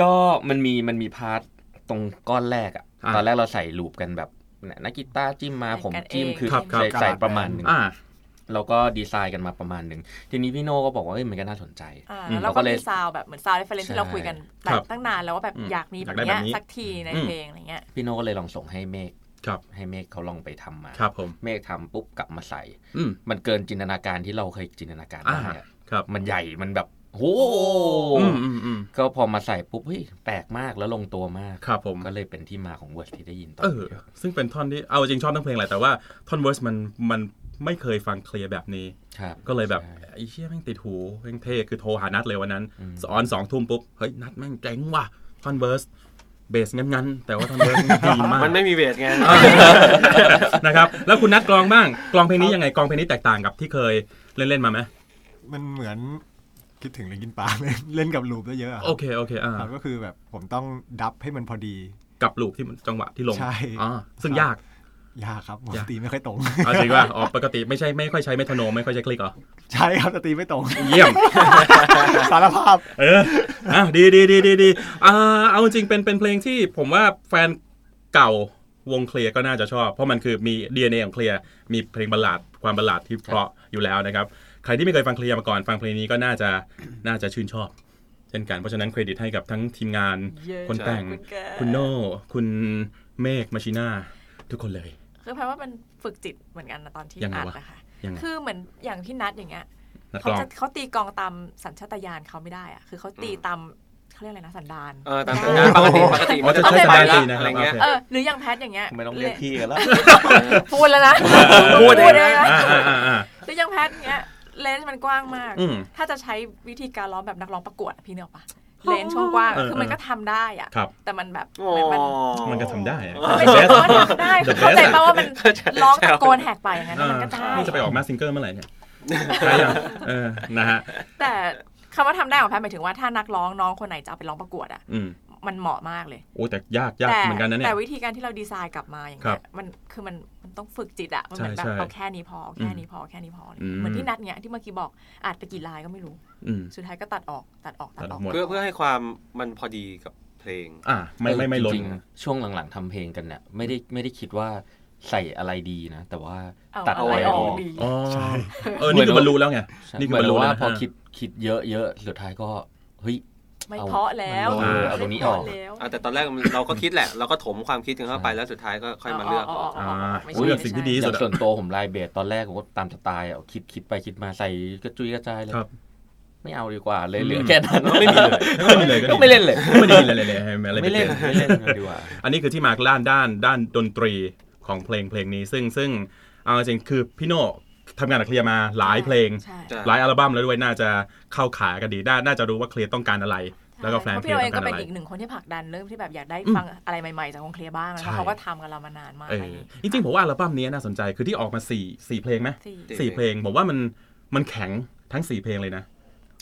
S5: ก็มันมีมันมีพาร์ทตรงก้อนแรกอะ
S2: อ่ะ
S5: ตอนแรกเราใส่ลูปกันแบบเนี่ยนักกีตาร์จิ้มมา
S4: ใส่กัน
S5: ผมจิ้ม
S4: เอง
S5: คือ
S2: ครับครับ
S5: ใส่ใส่ประมาณหนึง
S2: อ่า
S5: เราก็ดีไซน์กันมาประมาณหนึ่งทีนี้พี่โน่ก็บอกว่าเอ้ยมันก็น่าสนใจ
S4: อ่า
S2: อืม
S4: แล้ว
S5: เราก็
S4: ก็
S5: เลย
S4: มีซาวด์แบบเหมือนซาวด์เรฟเฟรน
S5: ใช่
S4: ที่เราคุยกัน
S2: ครับ
S4: แบบตั้งนานแล้วว่าแบบ
S2: อืม
S4: อยากมี
S2: อ
S4: แบ
S2: ยาก
S4: บ
S2: ได้
S4: เนี้ย
S2: แบบนี้
S4: สักทีใน
S2: อืม
S4: เพลงอะไรเงี้ย
S5: พี่โน่ก็เลยลองส่งให้เมฆ
S2: ครับ
S5: ให้เมฆเขาลองไปทำมา
S2: ครับผม
S5: เมฆทำปุ๊บกลับมาใส่
S2: อืม
S5: มันเกินจินตนาการที่เราเคยจินตนาการ
S2: อ่า
S5: ได้อะ
S2: ครับ
S5: มันใหญ่มันแบบโห
S4: โอ้
S2: อืมอืมอืม
S5: ก็พอมาใส่ปุ๊บเฮ้ยแปลกมากแล้วลงตัวมาก
S2: ครับผม
S5: ก็เลยเป็นที่มาของเวิร์ดที่ได้ยินตอน
S2: เออ
S5: นี้
S2: ซึ่งเป็นท่อนที่เอาจริงชอบทั้งเพลงแหละแต่ว่าท่อนเวอร์สมันมันไม่เคยฟังเคลียร์แบบนี้
S5: ครับ
S2: ก็เลยแบบ
S5: ใช่
S2: ไอ้เชี่ยแม่งติดหูแม่งเท่คือโทรหานัดเลยวันนั้น
S5: อืม
S2: สอนสองทุ่มปุ๊บ เฮ้ย นัดแม่งเจ๋งว่ะท่อนเวิร์สเบสงั้นๆ แต่ว่าท่อนเวิร์สดีมาก
S3: มันไม่มีเวทไง
S2: นะครับ แล้วคุณนัดกลองบ้างกลองเพลงนี้ยังไงกลองเพลงนี้แตกต่างกับที่เคยเล่นๆมาไหม
S6: มันเหมือนคิดถึงลิงกินปาร์คเลยเล่นกับลูปได้เยอะอะ
S2: โอเคโอเคอ่า
S6: ครับก็คือแบบผมต้องดับให้มันพอดี
S2: กับลูกที่มันจังหวะที่ลง
S6: ใช่
S2: อ่าซึ่งยาก
S6: ยากครับผม
S2: ยาก
S6: ตีไม่ค่อยตรง
S2: เอาจริงว่าอ๋อปกติไม่ใช่ไม่ค่อยใช้เมทโนมไม่ค่อยใช้คลิกเหรอ
S6: ใช่ครับแต่ตีไม่ ตรง
S2: เยี่ยม
S6: สารภาพ
S2: เอออ่ะดีดีดีดีดีอ่าเอาจริงเป็นเป็นเพลงที่ผมว่าแฟนเก่าวงเคลียร์ก็น่าจะชอบ เพราะมันคือมี DNA ของเคลียร์มีเพลงบัลลาดความบัลลาดที่เพราะอยู่แล้วนะครับ ใครที่ไม่เคยฟังเคลียร์มาก่อน ฟังเพลงนี้ก็น่าจะน่าจะชื่นชอบ เช่นกันเพราะฉะนั้นเครดิตให้กับทั้งทีมงาน
S4: เย้
S2: คนแต่ง
S4: ขอบคุณค่ะ
S2: คุณโน่คุณเมฆมาชิน่าทุกคนเลย
S4: คือแปลว่ามันฝึกจิตเหมือนกันนะตอนที่
S2: ยังไง
S4: อัด
S2: วะ
S4: นะคะ
S2: ยังไง
S4: คือเหมือนอย่างพี่นัดอย่างเงี้ย
S2: นัก
S4: เขา
S2: ร้อง
S4: จะเขาตีกลองตามสัญชาตญาณเขาไม่ได้อะคือเขาตีตามเขาเรียกอะไรนะสันดาน
S3: เออตามสัญญาปกติปกติ
S2: อ๋อจะ
S3: มัน
S2: ใช้
S3: ไป
S2: สัญญาณ
S3: ละ
S2: ตีนะครับ
S3: อะไรเงี้ย
S4: เออหรืออย่างแพทอย่างเงี้ย
S5: ไม่ต้องเรียกพี่กันแล้ว
S4: พูดแล้วนะ
S3: พูดเอง
S4: นะ
S2: อ่าอ่าอ่าอ่า
S4: หรืออย่างแพทเนี้ยเลนส์มันกว้างมาก
S2: อืม
S4: ถ้าจะใช้วิธีการร้องแบบนักร้องประกวดอะพี่เนกออกปะเลนส์ช่องกว้าง
S2: เออ
S4: คือมันก็ทำได้อะ
S2: ครับ
S4: แต่มันแบบ
S3: โอ้
S4: มันมัน
S2: มันก็ทำได้อะ
S4: ไม่ใช่ว่าทำได้
S2: The
S4: เข้าใจ
S2: best
S4: ป่าว่ามัน
S3: เข้าใจ
S4: ร้องตะโกนแหกไปอย่างนั้น
S2: อ่า
S4: มันก็ได้
S2: นี่จะไปออกมาซิงเกิลเมื่อไหร่เนี่ยใช่ยังเออนะฮะ
S4: แต่คำว่าทำได้ของแพทหมายถึงว่าถ้านักร้องน้องคนไหนจะเอาไปร้องประกวดอะ
S2: อืม
S4: มันเหมาะมากเลย
S2: โอ้แต่ยากยาก
S4: แต่
S2: เหมือนกันนะเนี่ย
S4: แต่วิธีการที่เราดีไซน์กลับมาอย่าง
S2: ครั
S4: เงี้
S2: บ
S4: ยมันคือมันมันต้องฝึกจิตอะมันเหมือน
S2: ใช่
S4: แบบ
S2: ใช่
S4: เอาแค่นี้พอแค่นี้พอแค่นี้พอเลยเหมือน
S2: อืม
S4: ที่นัดเนี้ยที่เมื่อกี้บอกอาจไปกี่ลายก็ไม่รู้
S2: อืม
S4: สุดท้ายก็ตัดออกตัดออกตัดออ
S2: ตั
S4: ก
S2: ดกหมด
S3: เพื่อเพื่อให้ความมันพอดีกับเพลง
S2: อ่าไม่ไม่ไม่
S5: เออ
S2: ล้น
S5: จริงๆช่วงหลังๆทำเพลงกันเนี่ยไม่ได้ไม่ได้คิดว่าใส่อะไรดีนะ แต่ว่า
S4: เอา
S5: ตัด
S4: อะ
S5: อะไรไร
S4: อ
S5: ดี
S4: อกดี
S2: อ๋อ
S6: ใช่
S2: เออ นี่คือบรรลุแล้วไง นี่คื
S5: เห
S2: อ
S5: มือ
S2: ร
S5: บน
S2: รลุ
S5: ว่า
S2: แล้ว
S5: พอ
S2: นะ
S5: คิดคิดเยอะเยอะสุดท้ายก็เฮ้ย
S4: ไม่
S5: เอา
S4: เพราะแล้ว
S2: มันลอย
S5: เอาตรงนี้ออก
S4: ไม่เพาะแล้ว
S3: อ่ะแต่ตอนแรกมันเราก็คิดแหละ เราก็ถมความคิดถึงเข้าไปแล้วสุดท้ายก็ค่อยมาเลือก
S4: อ๋ออ๋ออ๋อไม่ใช่
S2: เลือกสิ่งที่ดี
S5: อ
S2: ที่สุด
S5: ย่าง
S2: อะ
S5: ส่วนตัวผมลายเบสตอนแรกผมก็ตามสไตล์อะคิดคิดไปคิดมาใส่กระจุยกระจายเลย
S2: ครับ
S5: ไม่เอาดีกว่าเลยเหลือแค่นั้นไม่มีเลย
S2: ไม่มีเลยก็ดี
S5: ก็ไม่เล่นเลย
S2: ไม่ได้ยินเลยเลยเลยให้อะไร
S5: ไม่เล่น
S2: ป
S5: ไม่เล่นดีกว่า
S2: อันนี้คือที่มาด้านด้านด้านดนตรีของเพลงเพลงนี้ ซึ่งซึ่งเอาจริงๆคือพี่โน่ทำงานกับเคลียร์มาหลายเพลง
S4: ใช่
S3: ใช่
S2: หลายอัลบั้มแล้วด้วยน่าจะเข้าขากันดีน่าน่าจะรู้ว่าเคลียร์ต้องการอะไร แล้วก็แฟน
S4: เพราะ
S2: เคลี
S4: พี่
S2: ยร์
S4: เรา
S2: ต้อง งกา
S4: เอก็
S2: ร
S4: เป็น
S2: อะไร
S4: อีกหนึ่งคนที่ผลักดันเรื่องที่แบบอยากได้
S2: อืม
S4: ฟังอะไรใหม่ๆจากวงเคลียร์บ้างนะ
S2: ใช่
S4: เพราะเขาก็ทำกับเรามานานมาก
S2: เอ
S4: อะไรอ
S2: อย่าง
S4: งี้
S2: จริงๆผมว่าอัลบั้มนี้น่าสนใจคือที่ออกมาสี่สี่เพลงไหม
S4: สี่
S2: สี่เพลงผมว่ามันมันแข็งทั้งสี่เพลงเลยนะ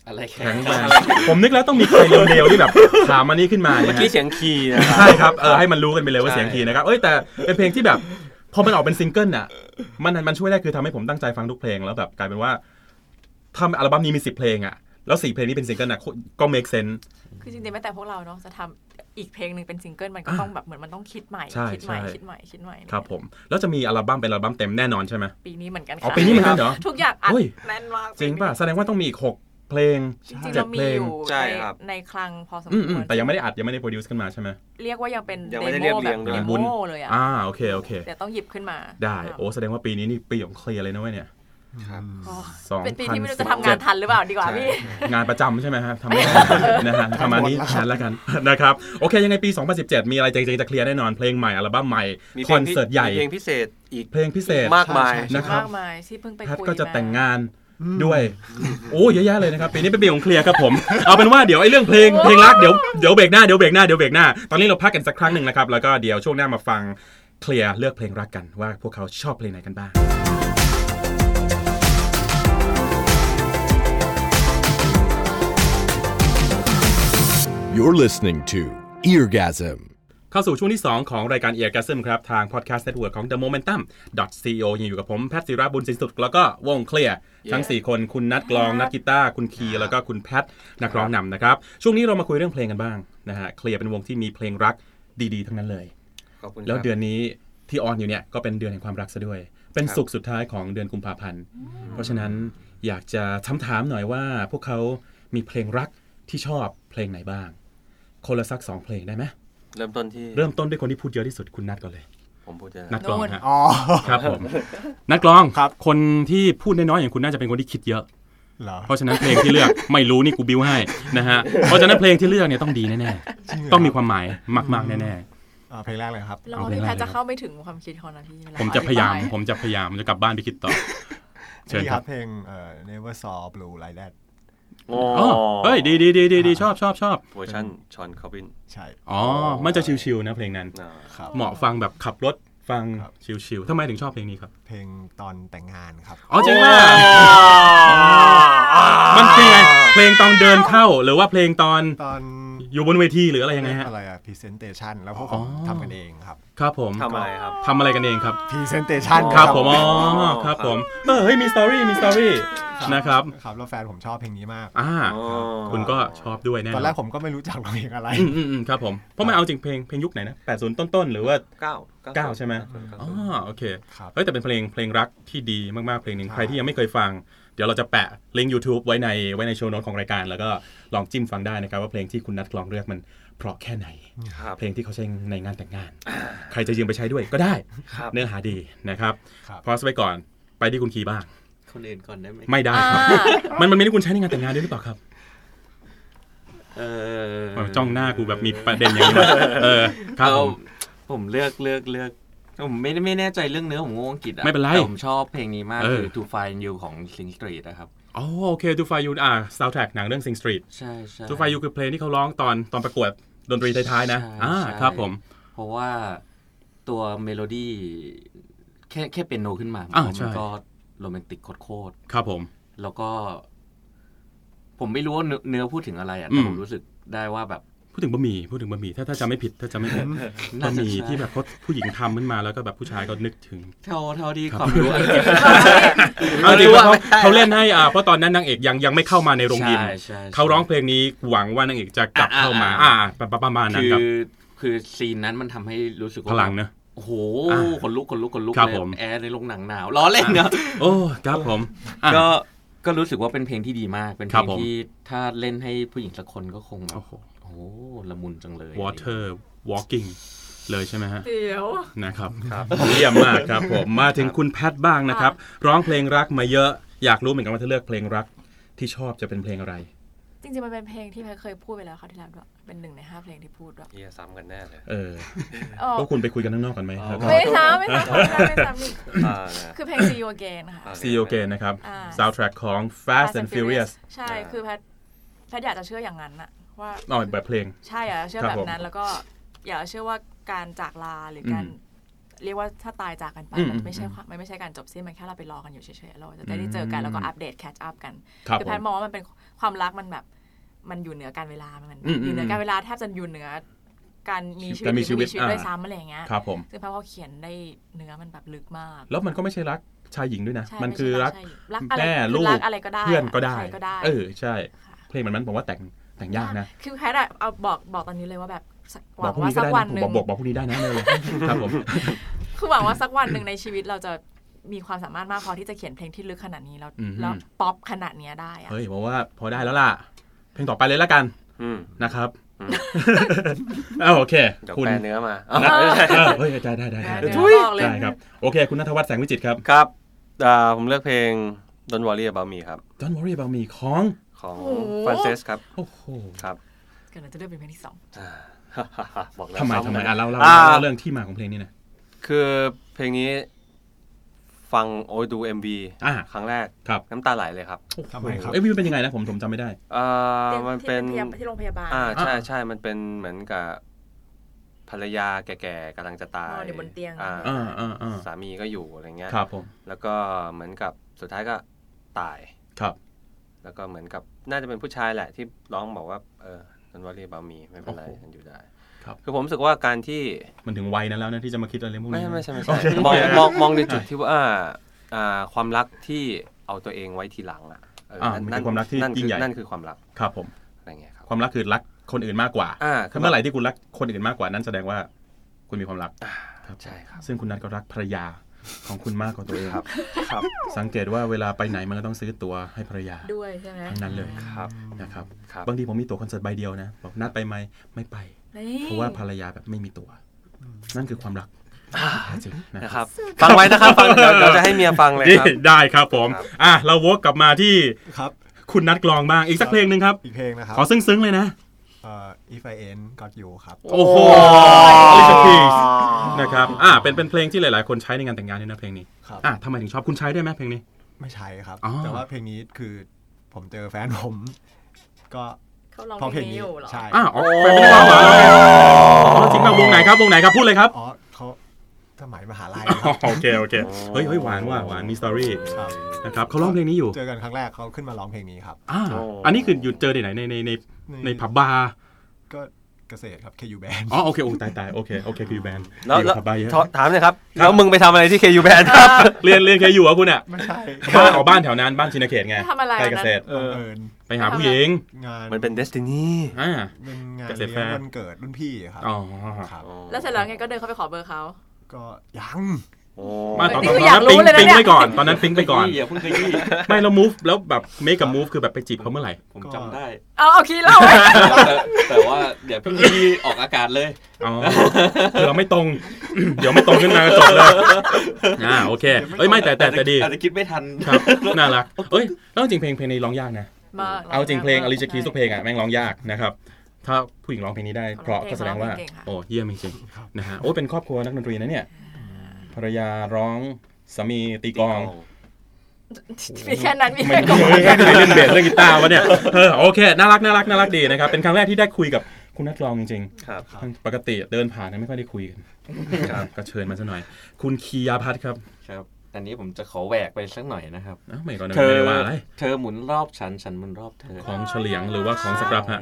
S5: อะไรแข็
S2: แข็
S5: ง
S2: งมากผมนึกแล้วต้องมีใครเร็วๆที่แบบถามอันนี้ขึ้นมา
S3: เมื่
S2: เนี่
S3: อ
S2: ฮะ
S3: ย กี้เสียงคีย์นะครับ
S2: ใช่ครับเออให้มันรู้กันไปเลยว่า
S3: ใช่
S2: เสียงคีย์นะครับเอ้ยแต่เป็นเพลงที่แบบพอมันออกเป็นซิงเกิลน่ะมันมันช่วยได้คือทำให้ผมตั้งใจฟังทุกเพลงแล้วแบบกลายเป็นว่าทำอัลบั้มนี้มีสิบเพลงอ่ะแล้วสี่เพลงนี้เป็นซิงเกิลน่ะก็เมคเซน
S4: คือจริงๆแม้แต่พวกเราเนาะจะทำอีกเพลงหนึ่งเป็นซิงเกิลมันก็ต้องแบบเหมือนมันต้องคิดใหม่
S2: ใช่
S4: คิดใหม่
S2: ใช่
S4: คิดใหม่คิดใหม่
S2: ครับผม แล้วจะมีอัลบั้มเป็นอัลบั้มเต็มแน่นอนใช่ไหม
S4: ปีนี้เหมือนกัน
S2: อ๋อ
S4: ค่ะ
S2: ปีนี้เหมือนกันเหรอ
S4: ทุกอย่างอัด
S2: เฮ้ย
S4: แน่นมาก
S2: จริงป่ะแสดงว่าต้องมีอีกหกเพลง
S4: จริงๆ
S2: เจ็ด
S4: เรา
S2: เพ
S4: มี
S2: ลง
S4: อยู่
S3: ใช่
S4: ใน
S3: ครับ
S4: ในคลังพอสม
S2: อืม
S4: ค
S2: อืม
S4: วร
S2: แต่ยังไม่ได้อัดยังไม่ได้โปรดิวซ์ขึ้นมาใช่ไหม
S4: เรียกว่ายังเป็น
S3: ยัง
S4: เด
S3: ไม่ได้
S4: โม
S3: เรียบเรี
S4: แบ
S3: ยง
S4: บเด
S3: ด้วย
S4: โมเลยอ่ะ
S2: อ่าโอเคโอเค
S4: เดี๋ยวต้องหยิบขึ้นมา
S2: ได้โอ้แสดงว่าปีนี้นี่ปีของเคลียร์เลยนะเว้ยเนี่ย
S3: ครับ
S4: โอ้
S2: สอง
S4: เป็นปี
S2: พัน
S4: ที่ไม่รู้
S2: สิ
S4: จะ
S2: บ
S4: ทำงา
S2: เจ็ด
S4: นทันหรือเปล่าดีกว่าพี่
S2: งานประจำใช่ไหมครับทำไม่ ได้ นะฮะประมาณนี้แทนแล้วกัน นะครับ โอเค ยังไงปี 2017 มีอะไรเจ๋งๆจะเคลียร์แน่นอน เพลงใหม่ อัลบั้มใหม่
S3: มีพ
S2: ค
S3: ล
S2: อง น
S3: พิ
S2: เสิร์ตใหญ่
S3: มีเพลงพิเศษอีก
S2: เพลงพิเศษ
S3: มากมาย
S6: ใช่ใช่
S2: นะครับ
S4: มากมายที่เพิ่งไป
S2: แพท
S4: คุย
S2: ก็จะแต่ง
S4: ม
S2: งาน ด้วย โอ้เยอะแยะเลยนะครับ ปีนี้เป็นปีของเคลียร์ครับผม เอาเป็นว่าเดี๋ยวไอ้เรื่องเพลง เพลงรักเดี๋ยวเดี๋ยวเบรกหน้า เดี๋ยวเบรกหน้า เดี๋ยวเบรกหน้า ตอนนี้เราพักกันสักครั้งหนึ่งนะครับ แล้วก็เดี๋ยวช่วงหน้ามาฟังเคลียร์เลือกเพลงรักกันว่าพวกเขาชอบเพลงไหนกันบ้าง
S1: You're listening to Eargasm.
S2: เข้าสู่ช่วงที่ 2 ของรายการ e a r g a s m ครับ ทาง Podcast Network ของ The Momentum .co ยังอยู่กับผม แพทย์ศิระบุญสินสุด แล้วก็วงเคลียร์ทั้ง 4 คนคุณนัดกลอง นัดกีตาร์คุณคีย์แล้วก็คุณแพทย์นักร้องนำนะครับ ช่วงนี้เรามาคุยเรื่องเพลงกันบ้างนะฮะเคลียร์เป็นวงที่มีเพลงรักดีๆ ทั้งนั้นเลย
S3: ขอบคุณครับ
S2: แล้วเดือนนี้ที่ออนอยู่เนี่ยก็เป็นเดือนแห่งความรักซะด้วย เป็น
S3: ครับ
S2: สุขสุดท้ายของเดือนกุมภาพันธ์ เพราะฉะนั้นอยากจะถามถามๆหน่อยว่า พวกเขามีเพลงรักที่ชอบเพลงไหนบ้าง คนละสักสองเพลงได้ไหม
S3: เริ่มต้นที่
S2: เริ่มต้นด้วยคนที่พูดเยอะที่สุดคุณนัดก่อนเลย
S3: ผมพูดจะ
S2: นัดกลองฮะ
S6: อ๋ อ
S2: ครับผม นัดกลอง
S6: ครับ
S2: คนที่พูดน้อยๆอย่างคุณน่าจะเป็นคนที่คิดเยอะ
S6: เหรอ
S2: เพราะฉะนั้นเพลงที่เลือก ไม่รู้นี่กูบิวให้นะฮะเพราะฉะนั้นเพลงที่เลือกเนี่ยต้องดีแน่
S6: จริเหร
S2: ๆต้องมีความหมายมากๆแน่
S6: อ่าเพลงแรกเลยครับ
S4: เรา
S2: เอา
S4: พี่
S2: ไป
S4: แพท
S2: ไล่
S4: จะเข้าไม่ถึงความคิดเขานะพี่เวล
S2: ๆ ผมจะพยายาม
S4: อธิบ
S2: ผมจะพยายามผมจะกลับบ้านไปคิดต่อ เชิญ
S6: นี่
S2: ค
S6: ค
S2: รั
S6: รั
S2: บบ
S6: เพลงเอ่อ Never Saw Blue Like That
S3: อ๋อ
S2: อ๋อเฮ้ยดีดีดีดีดีชอบชอบชอบ
S3: เวอร์ชันชอนคอบิน
S6: ใช่
S2: อ๋อมันจะชิวๆนะเพลงนั้น
S3: อ่า
S6: ครับ
S2: เหมาะฟังแบบขับรถฟัง
S6: ครับ
S2: ชิวๆทำไมถึงชอบเพลงนี้ครับ
S6: เพลงตอนแต่งงานครับ
S2: อ๋อจริงมากมันเพลงไงเพลงตอนเดินเข้าหรือว่าเพลงตอน
S6: ตอน
S2: อยู่บนเวทีหรืออะไรยังไงฮะ
S6: อะไรอะ Presentation แล้วพวกผม
S2: อ๋อ
S6: ทำกันเองครับ
S2: ครับผม
S3: ทำอะไรครับ
S2: ทำอะไรกันเองครับ
S6: Presentation
S2: ครับผมอ๋อ
S3: อ๋อ
S2: ครับผมเออเฮ้ยมีสตอรี่มีสตอรี่นะครับ
S6: ครับ แล้วแฟนผมชอบเพลงนี้มาก
S2: อ่า
S3: อ๋อ
S2: คุณก็ชอบด้วยแน่นอ
S6: ตอน
S2: น
S6: แรกผมก็ไม่รู้จักว่าเพลงอะไร
S2: อืมอืมอืมครับผมเพราะมันเอาจริงเพลงเพลงยุคไหนนะ80 ต้นๆ หรือว่า
S3: เก้า
S2: เก้าใช่ไหม
S3: เก้า
S2: อ๋อโอเค
S6: ครับ
S2: เฮ้ยแต่เป็นเพลงเพลงรักที่ดีมากๆเพลงหนึ่งใครที่ยังไม่เคยฟัง เดี๋ยวเราจะแปะลิงก์ YouTube ไว้ในไว้ในโชว์โน้ตของรายการ แล้วก็ลองจิ้มฟังได้นะครับ ว่าเพลงที่คุณนัดกลองเลือกมันเพราะแค่ไหน
S3: ครับ
S2: เพลงที่เขาใช้ในงานแต่งงาน ใครจะยืมไปใช้ด้วยก็ได้
S3: ครับ
S2: เนื้อหาดีนะครับ
S6: ครับ
S2: พอสไปก่อนไปที่คุณคีบ้าง
S5: คนอื่นก่อนได้ไหม
S2: ไม่ได้
S4: าย
S2: ครับ
S4: อ่า
S2: มันมันไม่ได้คุณใช้ในงานแต่งงานด้วยหรือเปล่าครับ
S5: เออ
S2: เออจ้องหน้ากูแบบมีประเด็นอย่างนี้มาเออครับผม
S5: เอาผมเลือกเลือกเลือกผมไม่ไม่แน่ใจเรื่องเนื้อผมงงอังกฤษอะ
S2: ไม่เป็นไร
S5: แต่ผมชอบเพลงนี้มาก
S2: เออ
S5: คือ To Find You ของ Sing Street นะครับ
S2: อ๋อโอเคทูไฟยูอ่าซาวด์แทร็กหนังเรื่องซิงสตรีท
S5: ใช่ใช่
S2: ทูไฟยูคือเพลงที่เขาร้องตอนตอนประกวดดนตรีท้ายๆนะ
S5: ใช่
S2: อ่า
S5: ใช่
S2: ครับผม
S5: เพราะว่าตัวเมโลดี้แค่แค่เป็นโนขึ้นมา
S2: อ่า
S5: ผม
S2: ใช่
S5: ว่ามันก็โรแมนติกโคตร
S2: ครับผม
S5: ๆแล้วก็ ผมไม่รู้ว่าเนื้อเนื้อพูดถึงอะไรอ่ะ
S2: อื
S5: แต่
S2: ม
S5: ผมรู้สึกได้ว่าแบบ
S2: พูดถึงบะหมี่พูดถึงบะหมี่ถ้าถ้าจำไม่ผิดถ้าจำไม่ผิดบะ
S5: น่า
S2: ห
S5: จะ
S2: มี่
S5: ใช่
S2: ที่แบบเขาผู้หญิงทำขึ้นมาแล้วก็แบบผู้ชายก็นึกถึง
S5: เท่าเท่าที่
S2: ครับ
S5: ความรู้อังกฤษ
S2: เอาจริงว่าเขาเขาเล่นให้อ่าเพราะตอนนั้นนางเอกยังยังไม่เข้ามาในโรงยิม
S5: ใช่ใช่ใช่
S2: เขาร้องเพลงนี้หวังว่านางเอกจะกลับเข้ามา
S5: อ่า
S2: อ่าประมาณนั้น
S5: คือ
S2: ครับ
S5: คือซีนนั้นมันทำให้รู้สึกว่า
S2: พลังเนอะ
S5: โอ้โห
S2: อ่า
S5: ขนลุกขนลุกขนลุก
S2: ครับ
S5: เลย
S2: ผม
S5: แอร์ในโรงหนังหนาวล้อเล่นเนอะ
S2: โอ้ครับผมอ่ะ
S5: ก็ก็รู้สึกว่าเป็นเพลงที่ดีมาก เป็นเพ
S2: ครับ
S5: ลง
S2: ผม
S5: ที่ถ้าเล่นให้ผู้หญิงสักคนก็คงแบบ
S2: โอ้โห
S5: โอ้โหละมุนจังเลย
S2: water walking เลยใช่ไหมฮะ
S4: เดี๋ยว
S2: นะครับเยี่ยมมากครับ ผมมาถึงคุณแพทบ้างนะครับ ร้องเพลงรักมาเยอะอยากรู้เหมือนกันว่าถ้าเลือกเพลงรักที่ชอบจะเป็นเพลงอะไร
S4: จริงๆ มันเป็นเพลงที่แพทเคยพูดไปแล้วคราวที่แล้วด้วยเป็นหนึ่งในห้าเพลงที่พูดด้วย
S3: เฮียซ้ำกันแน่เลย
S2: เออ
S4: เออ
S2: พวกคุณไปคุยกันข้างนอกกันไหมครับ
S4: ไม่ซ้ำไม่ซ้ำไม่ซ้ำไม่ซ้ำนี่
S3: อ่านะ
S4: คือเพลง See You Again ค่ะ
S2: See you again นะครับ
S4: อ่า
S2: soundtrack ของ Fast and Furious
S4: ใช่คือแพทแพทอยากจะเชื่ออย่างนั้นอะว่า
S2: อ๋อแบบเพลง
S4: ใช่อะเชื่อ
S2: ครับ
S4: แบบนั้น
S2: ผม
S4: แล้วก็อย่าเชื่อว่าการจากลาหรือการ
S2: อืม
S4: เรียกว่าถ้าตายจากกันไป
S2: อืม
S4: มันไม่ใช่ความมันไม่ใช่การจบสิ้นมันแค่เราไปรอกันอยู่เฉยๆเราจะได้ได้เจอกั
S2: อื
S4: น
S2: ม
S4: แล้วก็อัปเดตแคชอัพกัน
S2: ครับ
S4: คือ
S2: ผ
S4: แพท
S2: ม
S4: ย์มองว่ามันเป็นความรักมันแบบ มันอยู่เหนือการเวลามัน
S2: อืม
S4: อยู่เหนือ
S2: ม
S4: อการเวลาแทบจะอยู่เหนือการมีชีวิต
S2: การมี
S4: หรือไม่มี
S2: ชี
S4: ชี
S2: วิต
S4: วิตด้วย
S2: อ่า
S4: ซ้ำอะไรอย่างเงี้ย
S2: ครับผม
S4: ซึ่งแพทย์เขาเขียนได้เนื้อมันแบบลึกมาก
S2: แล้วมันก็ไม่ใช่รักชายหญิงด้วยนะ
S4: ใช่
S2: มัน
S4: ไใช่
S2: คือรัก
S4: ใช่รักอะไร
S2: แม่
S4: คือ
S2: ลู
S4: รั
S2: ก
S4: กอะไรก็ได้
S2: เพื่อนก็
S4: ใครก็ได้
S2: เออใช่
S4: ค่ะ
S2: เพลงมันนั้นผมว่าแต่งแต่งยากนะ
S4: คือแพทย์อะเอาบอกบอกตอนนี้เลยว่าแบบสักห
S2: บ
S4: วั
S2: อก
S4: ง
S2: พรุ่ง
S4: ว่า
S2: นี้ก็
S4: สัก
S2: ได้
S4: วั
S2: นะผ
S4: นห
S2: ม
S4: นึ่
S2: บอก
S4: ง
S2: บอกบอกพรุ่งนี้ได้นะ เลยครับผม
S4: คือหวังว่าสักวันหนึ่งในชีวิตเราจะมีความสามารถมากพอที่จะเขียนเพลงที่ลึกขนาดนี้แล้ว
S2: อืม
S4: แล้วป๊อปขนาดเนี้ยได้อะ
S2: เฮ้ยผมว่าพอได้แล้วล่ะ เพลงต่อไปเลยละกัน
S3: อืม
S2: นะครับ
S3: อืม
S2: เอาโอเค
S3: เดี๋ยว
S2: คุณ
S3: แปลเนื้อมา
S2: เออเฮ้ยได้ได้ได้ได้
S4: เดี๋ยว
S2: ได้
S4: ลอกเลย
S2: ได้ครับ โอเค คุณนัทวัฒน์แสงวิจิตรครับ
S3: ครับอ่าผมเลือกเพลง Don't Worry About Me ครับ
S2: Don't worry about me ของ
S3: ของ
S4: โอ้โห
S3: Frances ครับ
S2: โอ้โห
S3: ครับ
S4: เกิดเราจะเลือกเป็นเพลงที่สอง
S3: อ่าบอกแล้ว
S2: ทำไม
S3: ซ้
S2: ทำไม
S3: กัน
S2: อ่ะเล่าเล่า
S3: อ่า
S2: เล่าเรื่องที่มาของเพลงนี้หนะ
S3: คือเพลงนี้ฟังโอ้ยดู MV
S2: อ่า
S3: ครั้งแรก
S2: ครับ
S3: น้ำตาไหลเลยครับ
S6: ทำไมครับ
S2: เอ้ยวิวเป็นยังไงนะ ผมผมจำไม่ได้
S3: อ่ามันเป็น
S4: ที่ที่โรงพยาบาล
S3: อ่า
S2: อ่า
S3: ใช่ใช่มันเป็นเหมือนกับภรรยาแก่ๆกำลังจะตาย
S4: นอนอยู่บนเตียง
S3: อ่า
S2: อ่าอ่าอ่า
S3: สามีก็อยู่อะไรเงี้ย
S2: ครับผม
S3: แล้วก็เหมือนกับสุดท้ายก็ตาย
S2: ครับ
S3: แล้วก็เหมือนกับน่าจะเป็นผู้ชายแหละที่ร้องบอกว่าเออนันว่าเรียบามีไม่เป็นไร
S2: โอ้โห
S3: ฉันอยู่ได้
S2: ครับ
S3: คือผมรู้สึกว่าการที่
S2: มันถึงวัยนั้นแล้วนะที่จะมาคิดอะไรพวก
S3: ไม่
S2: นี้
S3: ไม่ใช่ไม่
S2: โอ
S3: ใช่
S2: เค
S3: ม
S2: โอ
S3: อง
S2: เค
S3: มองมองในจุดที่ว่าอ่าความรักที่เอาตัวเองไว้ทีหลังอ่ะเอออา
S2: มันคือความรักที่
S3: นั่น
S2: ยิ่งใหญ่
S3: นั่นคือความรัก
S2: ครับผม
S3: อะไรเงี้ยครับ
S2: ความรักคือรักคนอื่นมากกว่า
S3: อ่า
S2: คือเมื่อไหร่ที่คุณรักคนอื่นมากกว่านั่นแสดงว่า คุณมีความรัก
S3: ใช่ครับ
S2: ซึ่งคุณนัทก็รักภรรยา ของคุณมากกว่าตัวเอง
S3: ครับ ครับ
S2: สังเกตว่าเวลาไปไหนมันก็ต้องซื้อตั๋วให้ภรรยา
S4: ด้วยใช่ไหม
S2: ทั้งนั้นเลย
S3: ครับ
S2: นะครับ
S3: ครับ
S2: บางทีผมมีตั๋วคอนเสิร์ตใบเดียวนะบอกนัดไปไหมไม่ไป
S4: นี่
S2: เพราะว่าภรรยาแบบไม่มีตั๋วนั่นคือความรั กแท้จริงนะ
S3: นะครับ ฟังไว้นะครับฟังเดี๋ยวเดี๋ยวจะให้เมียฟังเลย
S2: นี่
S3: ครับ
S2: ได้ครับผม
S3: ครับ
S2: อ่ะ เราวกกลับมาที่
S6: ครับ
S2: คุณนัดกลองบ้าง อีกสักเพลงหนึ่งครับ
S6: อีกเพลงนะครับ
S2: ขอซึ้งๆเลยนะ
S6: เอ่อ If I End Got You ครับ
S2: โอ้โหลิสพีสนะครับ อ่ะเป็นเป็นเพลงที่หลายๆ คนใช้ในงานแต่งงานด้วยนะเพลงนี้
S6: ครับ
S2: อ่ะทำไมถึงชอบคุณใช้ได้วยไหมเพลงนี้
S6: ไม่ใช่ครับ
S2: อ๋อ
S6: แต่ว่าเพลงนี้คือผมเจอแฟนผม ก็
S4: เขาร้อง
S6: เพราะ
S4: เพ
S6: เพ
S4: ล
S6: ล
S4: ง
S6: ง
S4: นี้
S6: นี้
S4: อยู่เหรอ
S6: ใช่
S2: อ่ะอ๋อแฟนไม่ได้ร้องเหรออ๋อจริงป่ะวงไหนครับ วงไหนครับ พูดเลยครับ
S6: อ๋อเขาสมัยมหาลัยค
S2: อ๋อ
S6: รับ
S2: โอเค โอเค เฮ้ยเฮ้ยหวานว่ะหวานมีสตอรี่
S6: ครับ
S2: นะครับเขาร้องเพลงนี้อยู่
S6: เจอกันครั้งแรกเขาขึ้นมาร้องเพลงนี้ครับ
S2: อ่า อันนี้คืออยู่เจอที่ไหนในในในในผับบาร์
S6: ก็เกษตรครับ KU Band
S2: อ๋อโอเคโอ้ตายตายโอเคโอเคคือแบน
S3: แล้วแล้ว
S2: ขับบาร์เยอะ
S3: ถถามเลยครับ แล้วมึงไปทำอะไรที่เคยูแบนครับ
S2: เรียนเรียนเคยอยู่เหรอ่ะคุณอ่ะ
S6: ไม่ใช่
S2: บ้านออกบ้านแถวนั้นบ้านชินเขตไง
S4: ทำอะไร
S2: ใกล้เก
S4: นะ
S2: ษตร
S6: บังเอิญ
S2: ไปหาผู้หญิง
S6: งาน
S3: มันเป็นเดสตินี
S2: อ่า
S6: เป็นงาน
S2: เกษตร
S6: เลี้
S2: แฟ
S6: ยง
S2: ร์
S6: วันเกิดรุ่นพี่ครับ
S2: อ๋อ
S6: ครับ
S4: แล้วเสร็จแล้วไงก็เดินเข้าไปขอเบอร์เขา
S6: ก็ยัง
S2: ไมาตอนต
S4: นี่
S2: อน
S4: คื
S2: นั้
S4: ออยาก
S2: นปิ๊
S4: รู้
S2: ง
S4: เลยนะ
S2: ปิ๊ง
S4: เนี่ย
S2: ไปก่อนตอนนั้นปิ๊งไปก่อน
S5: อย่าเพิ่งขยี้
S2: ไม่เรา move แล้วแบบ make a move คือแบบไปจีบเขาเมื่อไหร่
S5: ผมจำได้
S4: เอาเอาคีย์เล่าไว้
S5: แต่แต่ว่าเดี๋ยวเพิ่งขยี้ออกอากาศเลย
S2: อ๋อคือเราไม่ตรง เดี๋ยวไม่ตรงขึ้นมาก็จบเลยอ่าโอเคเอ้ยไม่แต่แต่แต่ดี
S5: อาจจะคิดไม่ทัน
S2: ครับน่ารักเอ้ยแล้วจริงเพลงเพลงนี้ร้องยากนะ
S4: มาก
S2: เอาจริงเพลงอลิชาคีทุกเพลงอ่ะ
S4: ใช่
S2: แม่งร้องยากนะครับ ถ้าผู้หญิงร้องเพลงนี้ได้เพราะก็แสดงว่า
S4: ร้องเพลงเก่งค่ะ
S2: โอ้เยี่ยมจริงๆนะฮะโอ้เป็นครอบครัวนักดนตรีนะเนี่ยภรรยาร้องสามีตีกลอง
S4: มีแค่นั้นมี
S2: ไม่
S4: แค่กอง
S2: ไม่ไม่เล่นเบสเล่นกีตาร์วะเนี่ยเออโอเคน่ารักน่ารักน่ารักดีนะครับเป็นครั้งแรกที่ได้คุยกับคุณนักกลองจริง
S3: ครับ
S2: ๆปกติเดินผ่านเนี่ยไม่ค่อยได้คุยกันครับก็เชิญมาซะหน่อย คุณคียาพัฒน์ครับ
S5: ครับ อันนี้ผมจะขอแหวกไปสักหน่อยนะครับ
S2: เอ้าไม่ก่อนนะไม่ได้ว่าอะไร
S5: เธอหมุนรอบฉัน ฉันหมุนรอบเธอ
S2: ของเฉลียงหรือว่าของสครับฮะ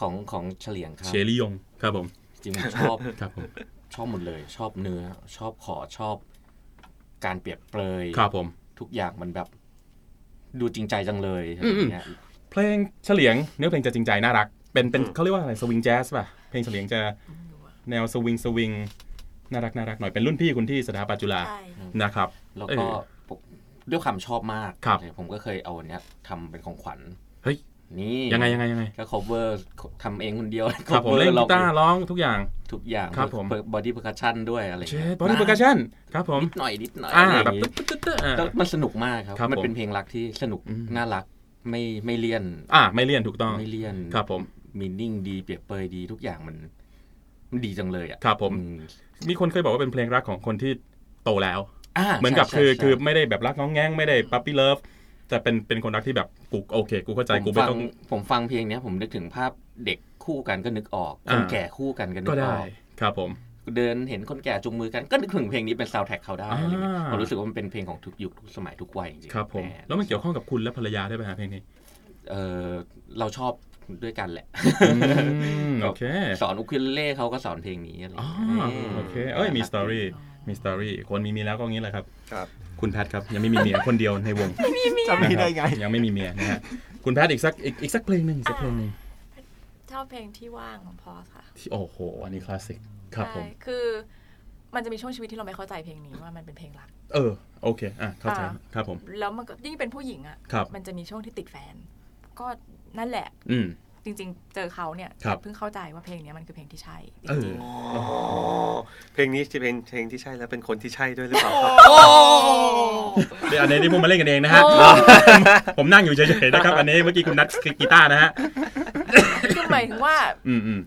S5: ของของเฉลียงครับ
S2: เชลียงครับผม
S5: จริงๆชอบ
S2: ครับผม
S5: ชอบหมดเลย ชอบเนื้อ ชอบขอชอบ การเปรียบเปรย
S2: ครับผม
S5: ทุกอย่างมันแบบ ดูจริงใจจังเลยอะไร
S2: อืม
S5: เงี้ย
S2: เพลงเฉลียงเนื้อเพลงจะจริงใจน่ารัก เป็นเป็นเขาเรียกว่าอะไรสวิงแจ๊สป่ะ เพลงเฉลียงจะแนวสวิงสวิงน่ารักน่ารักหน่อยเป็นรุ่นพี่คุณที่สถาปัตย์จุฬา
S4: ใช่
S2: นะครับ
S5: แล้วก็
S2: เออ
S5: ผมด้วยความชอบมาก
S2: ครับ
S5: เลยผมก็เคยเอาอันเนี้ยทำเป็นของขวัญ
S2: เฮ้ย
S5: นี่
S2: ยังไงยังไงยังไง
S5: ก็ cover ทำเองคนเดียว
S2: ครับผม
S5: cover
S2: เล่น
S5: ร
S2: กี
S5: อบ
S2: ตาร์ร้องทุกอย่าง
S5: ทุกอย่าง
S2: ครับผม
S5: บอดี้เพอร์คัชชันด้วยอะไร
S2: เชฟ
S5: เงี้ย
S2: บอดี้เพอร์คัชชั่นครับผม
S5: หน่อยนิดหน่อย
S2: อ่า
S5: อะไร
S2: แบบ
S5: อย่าง
S2: ตึ๊
S5: งี้
S2: ดตึ๊ดตึ๊ดตึ๊ดอ่า
S5: แล้วมันสนุกมากครับ
S2: ครับ
S5: มัน
S2: ผม
S5: เป็นเพลงรักที่สนุก
S2: อืม
S5: น่ารักไม่ไม่เลี่ยน
S2: อ่าไม่เลี่ยนถูกต้อง
S5: ไม่เลี่ยน
S2: ครับผม
S5: มีนิ่งดีเปรียบเปรยดีทุกอย่างมัน มันดีจังเลยอ่ะ
S2: ครับผม
S5: อืม
S2: มีคนเคยบอกว่าเป็นเพลงรักของคนที่โตแล้ว
S5: อ่า
S2: เหมือนกับ
S5: ใช่
S2: คือ
S5: ใช่
S2: คือ
S5: ใช่
S2: ไม่ได้แบบรักน้องแง้งไม่ได้ปั๊ปปี้เลิฟแต่เป็นเป็นคนรักที่แบบกูโอเค กูเข้าใจกู
S5: ผม
S2: ไม่
S5: ฟั
S2: ต้อง
S5: ผมฟังเพลงเนี้ยผมนึกถึงภาพเด็กคู่กันก็นึกออกคน
S2: อ่า
S5: แก่คู่กันก็นึ
S2: ก็
S5: กอ
S2: ได้
S5: อก
S2: ครับผม
S5: เดินเห็นคนแก่จูงมือกันก็นึกถึงเพลงนี้เป็นซาวแท็กเขาได้อะไรเงี้ย
S2: อ่า
S5: ผมรู้สึกว่ามันเป็นเพลงของทุกยุคทุกสมัยทุกวัยจริงๆ
S2: ครับผม
S5: ห
S2: แล้วมันเกี่ยวข้องกับคุณและภรรยาได้วยไหมฮะเพลงนี้
S5: เออเราชอบด้วยกันแหละ
S2: อืมโอเค
S5: สอนอุคิเลเล่เขาก็สอนเพลงนี้อะไรอ
S2: อ๋อย่าง
S5: เงี้ย
S2: โอเค เอ้ย มีสตอรี่ มีสตอรี่ คนมีเมียแล้วก็อย่างนี้แหละครับ
S3: ครับ
S2: คุณแพทครับ ยังไม่มีเมีย คนเดียวในวง
S6: จะมีได้ไง
S2: นะครับยังไม่มีเมียนะฮะ คุณแพทอีกสักอีกอีกสักเพลงหนึ่งอีกสักเพลงหนึ่ง
S4: ชอบเพลงที่ว่างของพอสค่ะ
S2: ที่โอ้โห อันนี้คลาสสิก ครับผม
S4: ใช่คือ มันจะมีช่วงชีวิตที่เราไม่เข้าใจเพลงนี้ว่ามันเป็นเพลงรัก
S2: เออ โอเค อ่ะ เข้าใจ
S4: อ่า
S2: ครับผม
S4: แล้วมันก็ยิ่งเป็นผู้หญิงอ่ะ
S2: ครับ
S4: มันจะมีช่วงที่ติดแฟน ก็นั่นแหละ
S2: อืม
S4: จริง ๆ เจอเขาเนี่ย
S2: ครับ
S4: เพิ่งเข้าใจว่าเพลงเนี้ยมันคือเพลงที่ใช่จ
S2: เอ
S4: ริ
S2: อ
S4: ง
S3: เพลงนี้จะเป็นเพลงที่ใช่และเป็นคนที่ใช่ด้วยหรือเปล่าครับ
S2: เดี๋ยวอันนี้ที่พวกมาเล่นกันเองนะฮะ ผมนั่งอยู่เฉยๆนะครับ อันนี้เมื่อกี้คุณนัทคือกีตาร์นะฮะ
S4: ๆคือหมายถึงว่า
S2: อืมอืม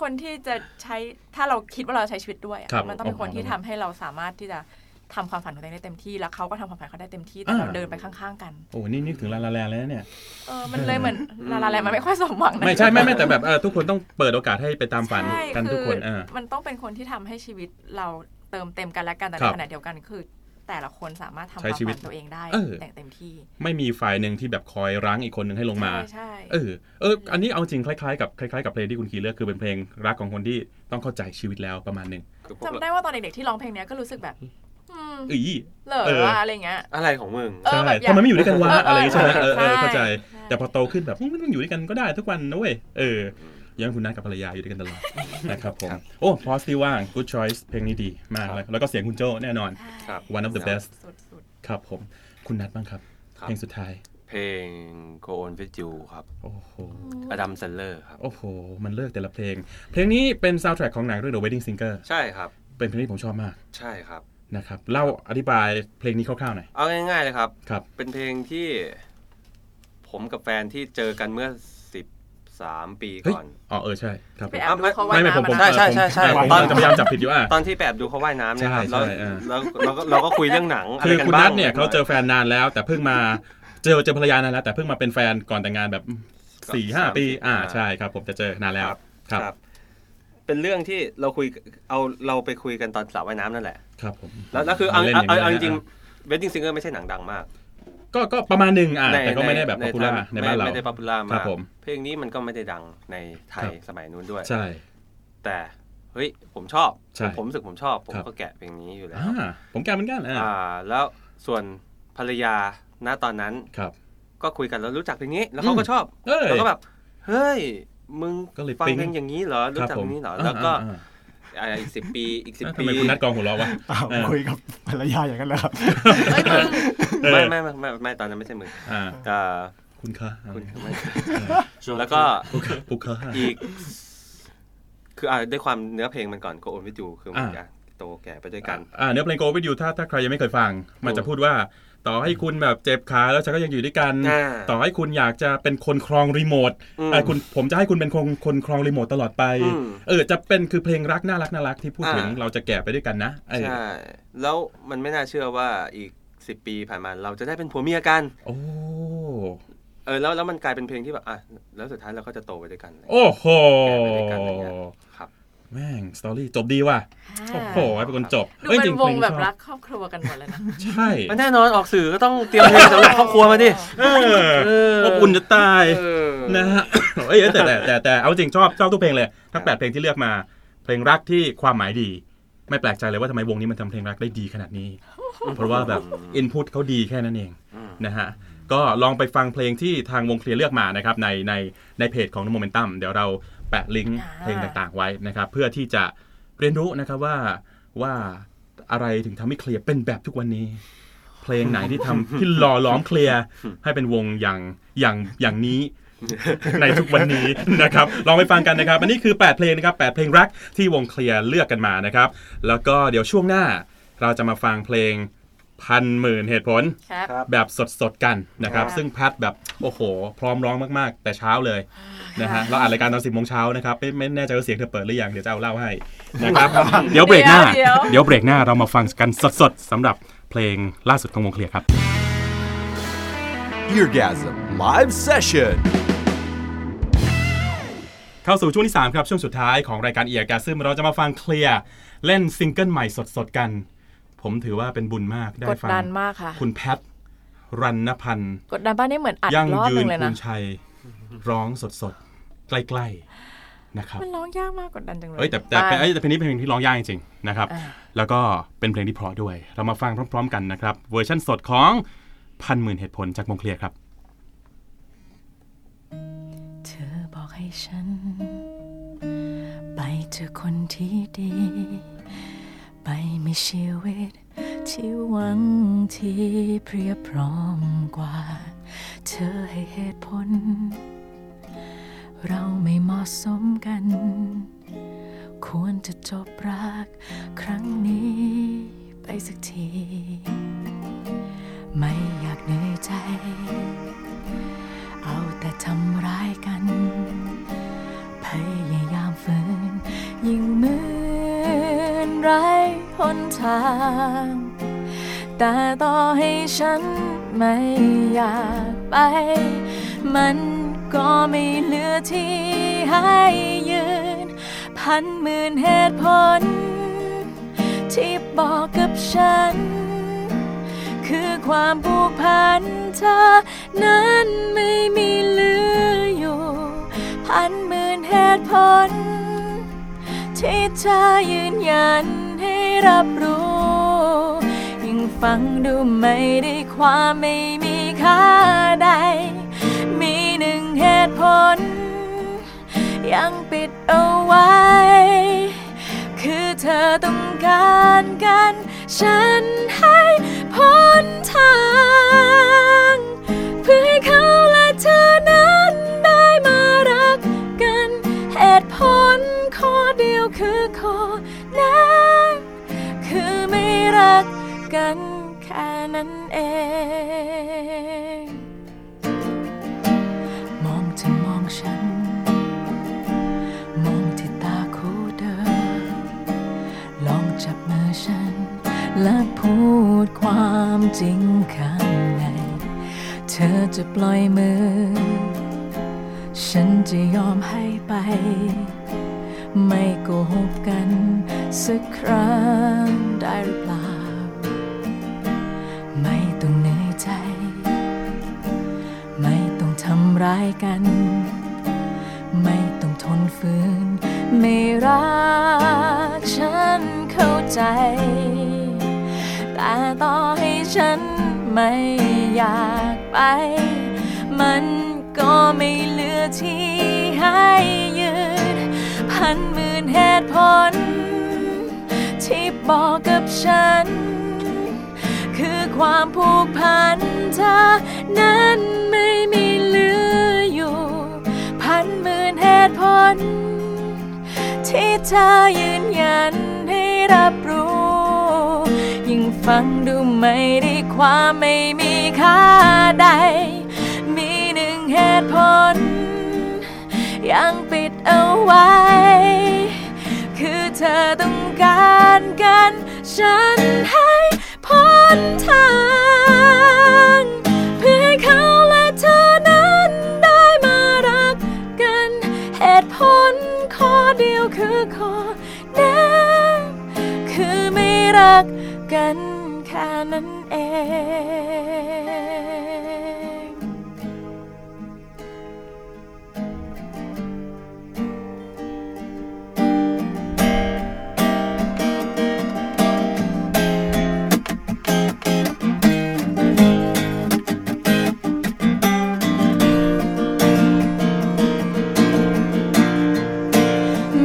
S4: คนที่จะใช้ถ้าเราคิดว่าเราใช้ชีวิตด้วยอะ
S2: ครับ
S4: มันต้องเป็นคน
S2: อ๋อ
S4: ที่ทำให้เราสามารถที่จะทำความฝันของตัวเองได้เต็มที่แล้วเขาก็ทำความฝันเขาได้เต็มที่แต่เรา
S2: อ่า
S4: เดินไปข้างๆกัน
S2: โอ้นี่นึกถึงลาลาแลนด์เลยนะเนี่ย
S4: เออมันเลยเหมือนลาลาแลนด์มันไม่ค่อยสมหวังนะ
S2: ไม่ใช่ไม่ไม่แต่แบบเออทุกคนต้องเปิดโอกาสให้ไปตามฝัน
S4: ใช่
S2: กันทุกคน
S4: อ
S2: อ่า
S4: มันต้องเป็นคนที่ทำให้ชีวิตเราเติมเต็มกันและกันแต่
S2: ครับ
S4: ในขณะเดียวกันคือ แต่ละคนสามารถทำค
S2: ใช้
S4: วาม
S2: ชีวิต
S4: ฝันตัวเองได้
S2: เออ
S4: อย่างเต็มที่
S2: ไม่มีฝ่ายหนึ่งที่แบบคอยรั้งอีกคนหนึ่งให้ลงมา
S4: ใช่ใช่
S2: เออ เออ อันนี้เอาจริงคล้ายๆกับคล้ายๆกับเพลงที่คุณคีเลือกคือเป็นเพลงรักของคนที่ต้องเข้าใจชีวิตแล้วประมาณหนึ่ง
S4: จำได้ว่าตอนเด็กๆที่ร้องเพลงเนี้ยก็รู้สึกแบบ อืม
S2: อี
S4: เหลอ
S2: เออ
S4: วะอะไรเงี้ย
S3: อะไรของมึง
S4: เออ
S2: ใช่
S4: แบบอยาก
S2: ทำไมไม่อยู่ด้วยกันวะ
S4: เออเออ
S2: อะไรอย่างงี้ใช่ไหมเออเออ
S4: ใช่
S2: เข้าใจ
S4: ใช่
S2: แต่พอโตขึ้นแบบไม่ต้องอยู่ด้วยกันก็ได้ทุกวันนะเว้ย เออ ยังคุณนัทกับภรรยาอยู่ด้วยกันตลอด นะครับผม โอ้พอสที่ว่าง good choice เพลงนี้ดีมากเลยแล้วก็เสียงคุณโจ้แน่นอน
S3: ครับ
S2: one of the best
S4: สุดสุด
S2: ครับผม คุณนัทบ้างครับ
S3: ครับ
S2: เพลงสุดท้าย
S3: เพลงโกอนฟิจูครับ
S2: โอ้โห
S3: อดัมเซนเลอร์ครับ
S2: โอ้โห มันเลิกแต่ละเพลง เพลงนี้เป็นซาวด์แทร็กของหนังเรื่อง The Wedding Singer
S3: ใช่ครับ
S2: เป็นเพลงที่ผมชอบมาก
S3: ใช่ครับ
S2: นะครับ เล่าอธิบายเพลงนี้คร่าวๆหน่อย
S3: เอาง่ายๆเลยครับ
S2: ครับ
S3: เป็นเพลงที่ผมกับแฟนที่เจอกันเมื่อสิบสามปี
S2: เฮ้ย
S3: ก่อน
S2: อ๋อ เออ ใช่ ครับผ
S4: ๆไป
S2: ม
S4: แอบดูเขาว่าย
S2: ไม่ไม่ผม
S4: น้ำ
S2: ผม
S4: มา
S3: ใช่
S4: นะ
S3: ใช่ใช่ใช่
S2: เออผม
S3: ตอน
S2: ผมจะพยายามจับผิดอยู่อ่ะ
S3: ตอนที่แปบดูเขาว่ายน้ำเนยครับ
S2: ใช่
S3: แล้ว
S2: ใช่อ่า
S3: แล้วเราก็เราก็คุยเรื่องห นังะไร
S2: คือ
S3: กัน
S2: คุณ
S3: บ้า
S2: นั
S3: ง
S2: ทเนี่ยเขาเจอแฟนนานแล้ว แต่เพิ่งมาเจอเจอภรรยานานแล้วแต่เพิ่งมาเป็นแฟนก่อนแต่งงานแบบสี่ห้าปี อ่าใช่ครับ ผมจะเจอนานแล้วครับ
S3: ครับ เป็นเรื่องที่เราคุยเอาเราไปคุยกันตอนสระว่ายน้ำนั่นแหละ
S2: ครับผม
S3: แล้วแล้วคือเอา
S2: ล่น
S3: เอา
S2: ย่
S3: เอาเอาจ
S2: นี้นะ
S3: ริงเวดดิ้งซิงเกอร์ไม่ใช่หนังดังมาก
S2: ก็ก็ประมาณหนึ่งอ่ะแต่ก็ไม่ได้แบบป๊อปปูล่าใน
S3: ไม่
S2: บ้านเรา
S3: ไม่ได้ป๊อปปูล่ามาก
S2: ครับผม
S3: เพลงนี้มันก็ไม่ได้ดังในไทย
S2: ครับ
S3: สมัยนู้นด้วย
S2: ใช่
S3: แต่เฮ้ยผมชอบ
S2: ใช่
S3: ผมรู้สึกผมชอบ ผม
S2: ครับ
S3: ก็แกะเพลงนี้อยู่แล้ว
S2: อ่าผมแกเหมือนกันอ่า
S3: อ่าแล้วส่วนภรรยาณตอนนั้น
S2: ครับ
S3: ก็คุยกันแล้วรู้จักเพลงนี้ แล้วเขาก็ชอบ
S2: เอ้ย
S3: แล้วก็แบบ เฮ้ย มึง
S2: ก็เลย
S3: ฟัง
S2: ปิ๊ง
S3: เพลงอย่างนี้เหรอ รู้จักเพลงนี้เหรอ แล้วก็อ่าอีกสิบปี อีกสิบ
S2: อ่า
S3: ปี
S2: ทำไมคุณนัทกองหัวเราะวะ
S6: เปล่า
S2: เออ
S6: คุยกับภรรยาอย่างนั้นเลยครับ
S4: เอ้ยมึง
S3: ไม่ไม่ไม่ไม่ไม่ตอนนั้นไม่ใช่มึง
S2: อ่า
S3: อ่า
S2: คุณคะ
S3: คุณไม่
S5: ช่ง
S3: แล้วก็
S2: คุณคะคุณคะ
S3: อีก คืออ่าด้วยความเนื้อเพลงมันก่อนโกโอนวิจูคือมัน
S2: อ่า
S3: จะโตแก่ไปด้วยกัน
S2: อ่าเนื้อเพลงโกวิดยูถ้าถ้าใครยังไม่เคยฟัง มันจะพูดว่า ต่อให้คุณแบบเจ็บขาแล้วฉันก็ยังอยู่ด้วยกัน
S3: อ่า
S2: ต่อให้คุณอยากจะเป็นคนครองรีโมท
S3: อืม
S2: อ่าคุณผมจะให้คุณเป็นคนคนครองรีโมทตลอดไป
S3: อืม
S2: เออจะเป็นคือเพลงรักน่ารักน่ารักที่พูดถึง
S3: อ่า
S2: เราจะแก่ไปด้วยกันนะเออ
S3: ใช่ แล้วมันไม่น่าเชื่อว่าอีกสิบปีผ่านมาเราจะได้เป็นผัวเมียกัน
S2: โอ้
S3: เออแล้วแล้วมันกลายเป็นเพลงที่แบบอ่ะแล้วสุดท้ายเราก็จะโตไปด้วยกันอะไรอย่าง
S2: โอ้
S3: เงี้ย
S2: โห
S3: แก่ไปด้วยกันอะไรเงี้ย ครับ
S2: แม่งสตอรี่จบดีว่ะโอ้โหเป็นคนจบ
S4: ดู
S2: อ้ย
S4: เป็
S2: จ
S4: น
S2: ๆ
S4: ว
S2: พ
S4: ง
S2: นี้
S4: แบบ
S2: ชอ
S4: รักครอบครัวกันหมดเลยนะ
S2: ใช่
S3: มันแน่นอนออกสื่อก็ต้องเตรียมเพลงสำหรับครอบครัวมาดิ
S2: เออ
S3: เ
S2: อบอุ่นจะตาย
S3: เออ
S2: นะฮะ เอ้ยแต่แต่แต่แต่เอาจริงชอบชอบทุกเพลงเลย ทั้งแปดเพลงที่เลือกมา เพลงรักที่ความหมายดี ไม่แปลกใจเลยว่าทำไมวงนี้มันทำเพลงรักได้ดีขนาดนี้ เพราะว่าแบบอินพุตเขาดีแค่นั้นเอง
S3: อืม
S2: นะฮะ ก็ลองไปฟังเพลงที่ทางวงเคลียร์เลือกมานะครับ ในในในเพจของ No Momentum เดี๋ยวเราแปะลิงก์
S4: อ่า
S2: เพลงต่างๆไว้นะครับ เพื่อที่จะเรียนรู้นะครับว่าว่าอะไรถึงทำให้เคลียร์เป็นแบบทุกวันนี้ เพลงไหนที่ทำ ที่หล่อหล้อมเคลียร์ให้เป็นวงอย่างอย่างอย่างนี้ ในทุกวันนี้ นะครับ ลองไปฟังกันนะครับ อันนี้คือ 8 เพลงนะครับ 8 เพลงรักที่วงเคลียร์เลือกกันมานะครับ แล้วก็เดี๋ยวช่วงหน้า เราจะมาฟังเพลงพันหมื่นเหตุผล
S4: ครับ
S3: ครับ
S2: แบบสดๆกันนะครับ
S4: ครับ
S2: ซึ่งแพทแบบโอ้โห พร้อมร้องมากๆ แต่เช้าเลยนะฮะเราอ่านรายการตอนสิบโมงเช้านะครับไม่ไม่แน่ใจว่าเสียงเธอเปิดหรือยังเดี๋ยวจะเอาเล่า ให้นะครับ เดี๋ยวเบรกหน้า
S4: เดี๋ยว
S2: เดี๋ยวเบรกหน้าเรามาฟังกันสดๆสำหรับเพลงล่าสุดของวงเคลียร์ครับ
S1: Eargasm Live Session.
S2: เข้าสู่ช่วงที่ 3 ครับ ช่วงสุดท้ายของรายการเอียร์แกซึ่งเราจะมาฟังเคลียร์เล่นซิงเกิลใหม่สดๆกัน ผมถือว่าเป็นบุญมากได้
S4: กด
S2: ฟัง
S4: ดันมากค่ะ
S2: คุณแพทรันนพันธ์
S4: กดดันบ้านนี่เหมือนอัด
S2: ยั่ง
S4: รอบ
S2: ยื
S4: หนึ
S2: น
S4: งเลย
S2: คุ
S4: นะ
S2: ณชัย ร้องสดๆ ใกล้ๆ นะครับ
S4: มันร้องยากมากกดดันจังเลย
S2: เอ้ยแต่แต่แต่
S4: ไป
S2: เอ้ยแต่เพลงนี้เป็นเพลงที่ร้องยากจริงๆนะครับ
S4: อ่า
S2: แล้วก็เป็นเพลงที่เพราะด้วย เรามาฟังพร้อม ๆ กันนะครับ เวอร์ชั่นสดของพันหมื่นเหตุผลจากวงเคลียร์ครับ
S7: เธอบอกให้ฉัน ไปเจอคนที่ดี ไปมีชีวิต ที่หวังที่เพรียบพร้อมกว่า เธอให้เหตุผล เราไม่เหมาะสมกัน ควรจะจบรักครั้งนี้ไปสักที ไม่อยากเหนื่อยใจ เอาแต่ทำร้ายกัน พยายามฝืน ยิ่งเหมือนไร้หนทาง แต่ต่อให้ฉันไม่อยากไป มันก็ไม่เหลือที่ให้ยืน พันหมื่นเหตุผล ที่บอกกับฉัน คือความผูกพันเธอ นั้นไม่มีเหลืออยู่ พันหมื่นเหตุผล ที่เธอยืนยันให้รับรู้ ยิ่งฟังดูไม่ได้ความไม่มีค่าใด มีหนึ่งเหตุผล อย ยังปิดเอาไว้ คือเธอต้องการกัน ฉันให้พ้นทาง เพื่อให้เขาและเธอนั้นได้มารักกัน เหตุผลข้อเดียวคือข้อนั้นคือไม่รักกันแค่นั้นเอง มองเธอมองฉัน มองที่ตาคู่เดิม ลองจับมือฉัน และพูดความจริงข้างใน เธอจะปล่อยมือ ฉันจะยอมให้ไป ไม่โกหกกันสักครั้งได้หรือเปล่า ไม่ต้องเหนื่อยใจ ไม่ต้องทำร้ายกัน ไม่ต้องทนฝืน ไม่รักฉันเข้าใจ แต่ต่อให้ฉันไม่อยากไป มันก็ไม่เหลือที่ให้ยืน พันหมื่นเหตุผล ที่บอกกับฉัน คือความผูกพันเธอนั้นไม่มีเหลืออยู่ พันหมื่นเหตุผล ที่เธอยืนยันให้รับรู้ ยิ่งฟังดูไม่ได้ความไม่มีค่าใด มีหนึ่งเหตุผล ยังปิดเอาไว้ คือเธอต้องการกัน ฉันให้พ้นทาง เพื่อให้เขาและเธอนั้นได้มารักกัน เหตุผลข้อเดียวคือข้อนั้นคือไม่รักกันแค่นั้นเอง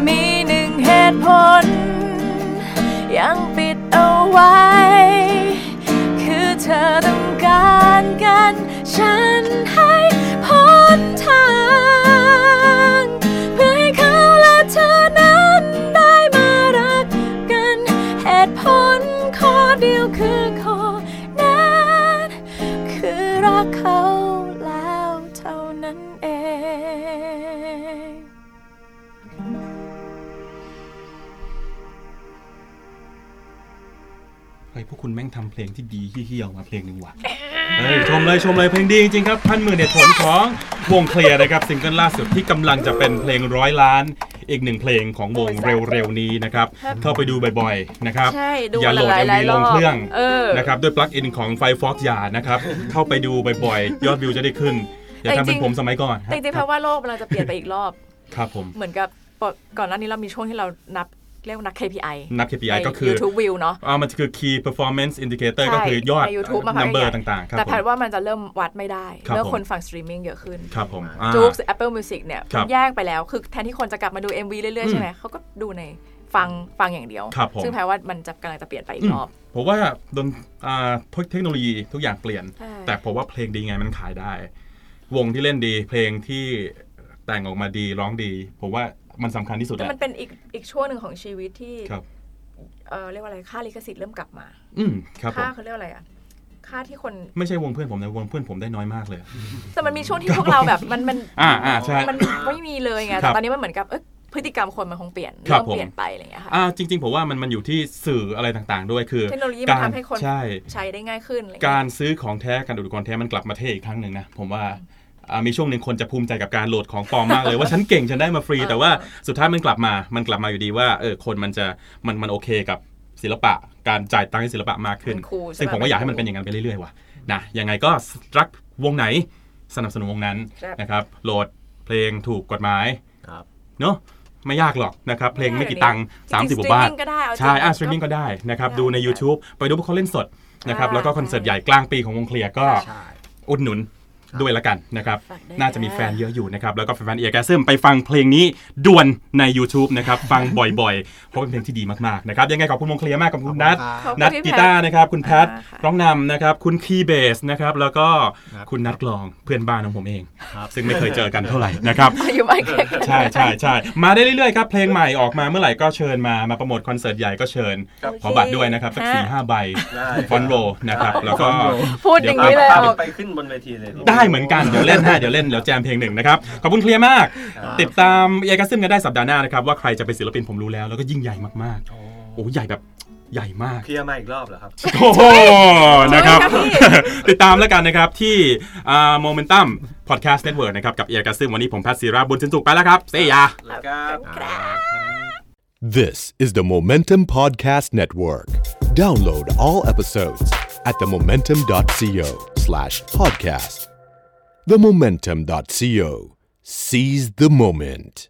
S7: มีหนึ่งเหตุผล ยังปิดเอาไว้ คือเธอต้องการกัน ฉันให้พ้นทาง เพื่อให้เขาและเธอนั้นได้มารักกัน เหตุผลข้อเดียวคือข้อนั้นคือรักเขาแล้วเท่านั้นเอง
S2: เฮ้ยพวกคุณแม่งทำเพลงที่ดีเฮี้ยๆออกมาเพลงหนึ่งว่ะ เฮ้ยชมเลยชมเลยเพลงดีจริงๆครับพันหมื่นเนี่ยผลของวงเคลียร์นะครับซิงเกิลล่าสุดที่กำลังจะเป็นเพลงร้อยล้าน อีกหนึ่งเพลงของวงเร็วๆนี้นะครับเข้าไปดูบ่อยๆนะครับ
S4: ใช่ดู
S2: อย่าโหลด
S4: หลายๆ
S2: มีลง
S4: รอบ
S2: เครื่อง
S4: เออ
S2: นะครับด้วยปลั๊กอินของไฟฟ็อกอย่า นะครับเข้าไปดูบ่อยๆ ยอดวิวจะได้ขึ้น อย่าทำเป็นผมสมัยก่อน
S4: แต่จริงๆเพราะว่าโลกเราจะเปลี่ยนไปอีกรอบ
S2: ครับผม
S4: เหมือนกับปกก่อนหน้านี้เรามีช่วงที่เรานับเรียกว่านับ KPI
S2: นับ KPI ก็คือ
S4: YouTube view เนาะ
S2: อ่ามันคือ key performance indicator
S4: ใช่
S2: ก็คือยอด
S4: ใน YouTube มาพัก
S2: number
S4: ใหญ่
S2: ต่างๆครับ
S4: แต่
S2: ผ
S4: แพท
S2: ม
S4: ย์ว่ามันจะเริ่มวัดไม่ได้
S2: ครับ
S4: เมื่อ
S2: ผม
S4: คนฟังสตรีมมิ่งเยอะขึ้น
S2: ครับผมอ่า
S4: จู๊ก Apple Music เนี่ย
S2: ครับ
S4: มันแยกไปแล้ว คือแทนที่คนจะกลับมาดู MV เรื่อยๆ ใช่ไหมเขาก็ดูในฟังฟังอย่างเดียว
S2: ครับผม
S4: ซึ่งแพทย์ว่ามันจะกำลังจะเปลี่ยนไปอี
S2: อื
S4: ก
S2: ม
S4: รอบ
S2: ผมว่าดนอ่าเทคโนโลยีทุกอย่างเปลี่ยน
S4: ใช่
S2: แต่ผมว่าเพลงดีไงมันขายได้ วงที่เล่นดี เพลงที่แต่งออกมาดีร้องดี ผมว่ามันสำคัญที่สุดแห
S4: แต่
S2: ละ
S4: มันเป็นอีกอีกช่วงหนึ่งของชีวิตที่
S2: ครับ
S4: เอ่อเรียกว่าอะไรค่าลิขสิทธิ์เริ่มกลับมา
S2: อืมครับผ
S4: ค่าม เขาเรียกว่าอะไรอะค่าที่คน
S2: ไม่ใช่วงเพื่อนผมนะวงเพื่อนผมได้น้อยมากเลย
S4: แต่มันมีช่วงที่พวกเราแบบมันมัน
S2: อ่าอ่าใช่
S4: มันไม่มีเลยไง
S2: ครั
S4: แต่
S2: บ
S4: ตอนนี้มันเหมือนกับเอ้ยพฤติกรรมคนมันคงเปลี่ยน
S2: ครั
S4: เริ่
S2: บ
S4: ม
S2: ผม
S4: เปลี่ยนไปอะไรอย่างเงี้ยค่ะ
S2: อ่าจริง ๆ ผมว่ามันมันอยู่ที่สื่ออะไรต่างๆ ด้วยคือ
S4: เทคโนโลยีมัน
S2: การ
S4: ทำให้คน
S2: ใช่
S4: ใช้ได้ง่ายขึ้นอะไรอย่าง
S2: กา
S4: เงี้ย
S2: รซื้อของแท้การดูดของแท้มันกลับมาเท่อีกครั้งหนึ่งนะผมว่าอ่ามีช่วงหนึ่งคนจะภูมิใจกับการโหลดของปลอมมากเลย ว่าฉันเก่งฉันได้มาฟรี แต่ว่าสุดท้ายมันกลับมา มันกลับมาอยู่ดีว่าเออคนมันจะมันมันโอเคกับศิลปะ การจ่ายตังค์ให้ศิลปะมากขึ้น
S4: มัน cool ใช่ไหม
S2: ซึ่งผมก็อยากให้มันเป็นอย่างนั้นไปเรื่อยๆว่ะนะยังไงก็รักวงไหนสนับสนุนวงนั้น
S4: ครับ
S2: นะครับโหลดเพลงถูกกฎหมาย
S3: ครับ
S2: เนาะไม่ยากหรอกนะครับเพลงไม่กี่ตังค์สามสิบกว่าบาท
S4: จริงๆ streaming ก็ได้เอาจริง
S2: ใช่อ่ะ
S4: ก็
S2: สตรีมมิ่งก็ได้นะครับ
S4: ได้
S2: ดูใน
S4: ค่ะ
S2: YouTube ไปดูพวกเขาเล่นสดนะครับ
S4: อ่า
S2: แล้วก็คอนเสิร์ตใหญ่กลางปีของวงเคลียร์ก็
S4: ค่ะ
S6: ใช่
S2: อุดหนุน ด้วยละกันนะครับ
S4: ฝากด้วย
S2: น่าจะมี
S4: ค่ะ
S2: แฟนเยอะอยู่นะครับ แล้วก็แฟนๆเอียร์แกซึมไปฟังเพลงนี้ด่วนใน YouTube นะครับ ฟังบ่อยๆ เพราะเป็นเพลงที่ดีมากๆนะครับ ยังไงขอบคุณวงเคลียร์มากขอบคุณนัท
S4: ขอบคุณ
S2: นัท
S4: พี่
S2: กี
S4: แพท
S2: ตาร์นะครับ คุณแพท
S4: อ่าค่ะ
S2: ร้องนำนะครับ คุณคีย์เบสนะครับ แล้วก็
S6: นัท
S2: คุณนัทกลองเพื่อนบ้านของผมเอง ซึ่งไม่เคยเจอกันเท่าไหร่นะครับ
S4: อยู่บ้านแขก
S2: ใช่ใช่ใช่มาได้เรื่อยๆครับ เพลงใหม่ออกมาเมื่อไหร่ก็เชิญมามาโปรโมทคอนเสิร์ตใหญ่ก็เชิญ
S4: ครับ
S2: ขอบัตรด้วยนะครับ สักสี่
S4: ค่ะ
S2: ห้าใบ
S3: ได้
S2: ฟอนโรนะครับ แล้วก็
S4: พูดอย่างนี้เลย
S3: พา
S4: ออก
S3: ไปขึ้นบนเวทีเลย
S2: ได้เหมือนกันเดี๋ยวเล่นให้เดี๋ยวเล่นเดี๋ยวแจมเพลงหนึ่งนะครับ ขอบคุณเคลียร์มาก ติดตามเอกาซึมกันได้สัปดาห์หน้านะครับ ว่าใครจะเป็นศิลปินผมรู้แล้ว แล้วก็ยิ่งใหญ่มากๆ โอ้ใหญ่แบบใหญ่มาก
S3: เคลียร์มาอีกรอบเหรอครับ
S2: โอ้โหนะครับ
S4: ช่วยครับ
S2: ติดตามแล้วกันนะครับ ที่โมเมนตัมพอดแคสต์เน็ตเวิร์กนะครับ กับเอกาซึมวันนี้ผมแพทย์ศิราบุญสินสุขไปแล้วครับเซยา
S3: แล้วก็
S1: This is the Momentum Podcast Network. Download all episodes at themomentum.co slash podcast. Themomentum.co. Seize the moment.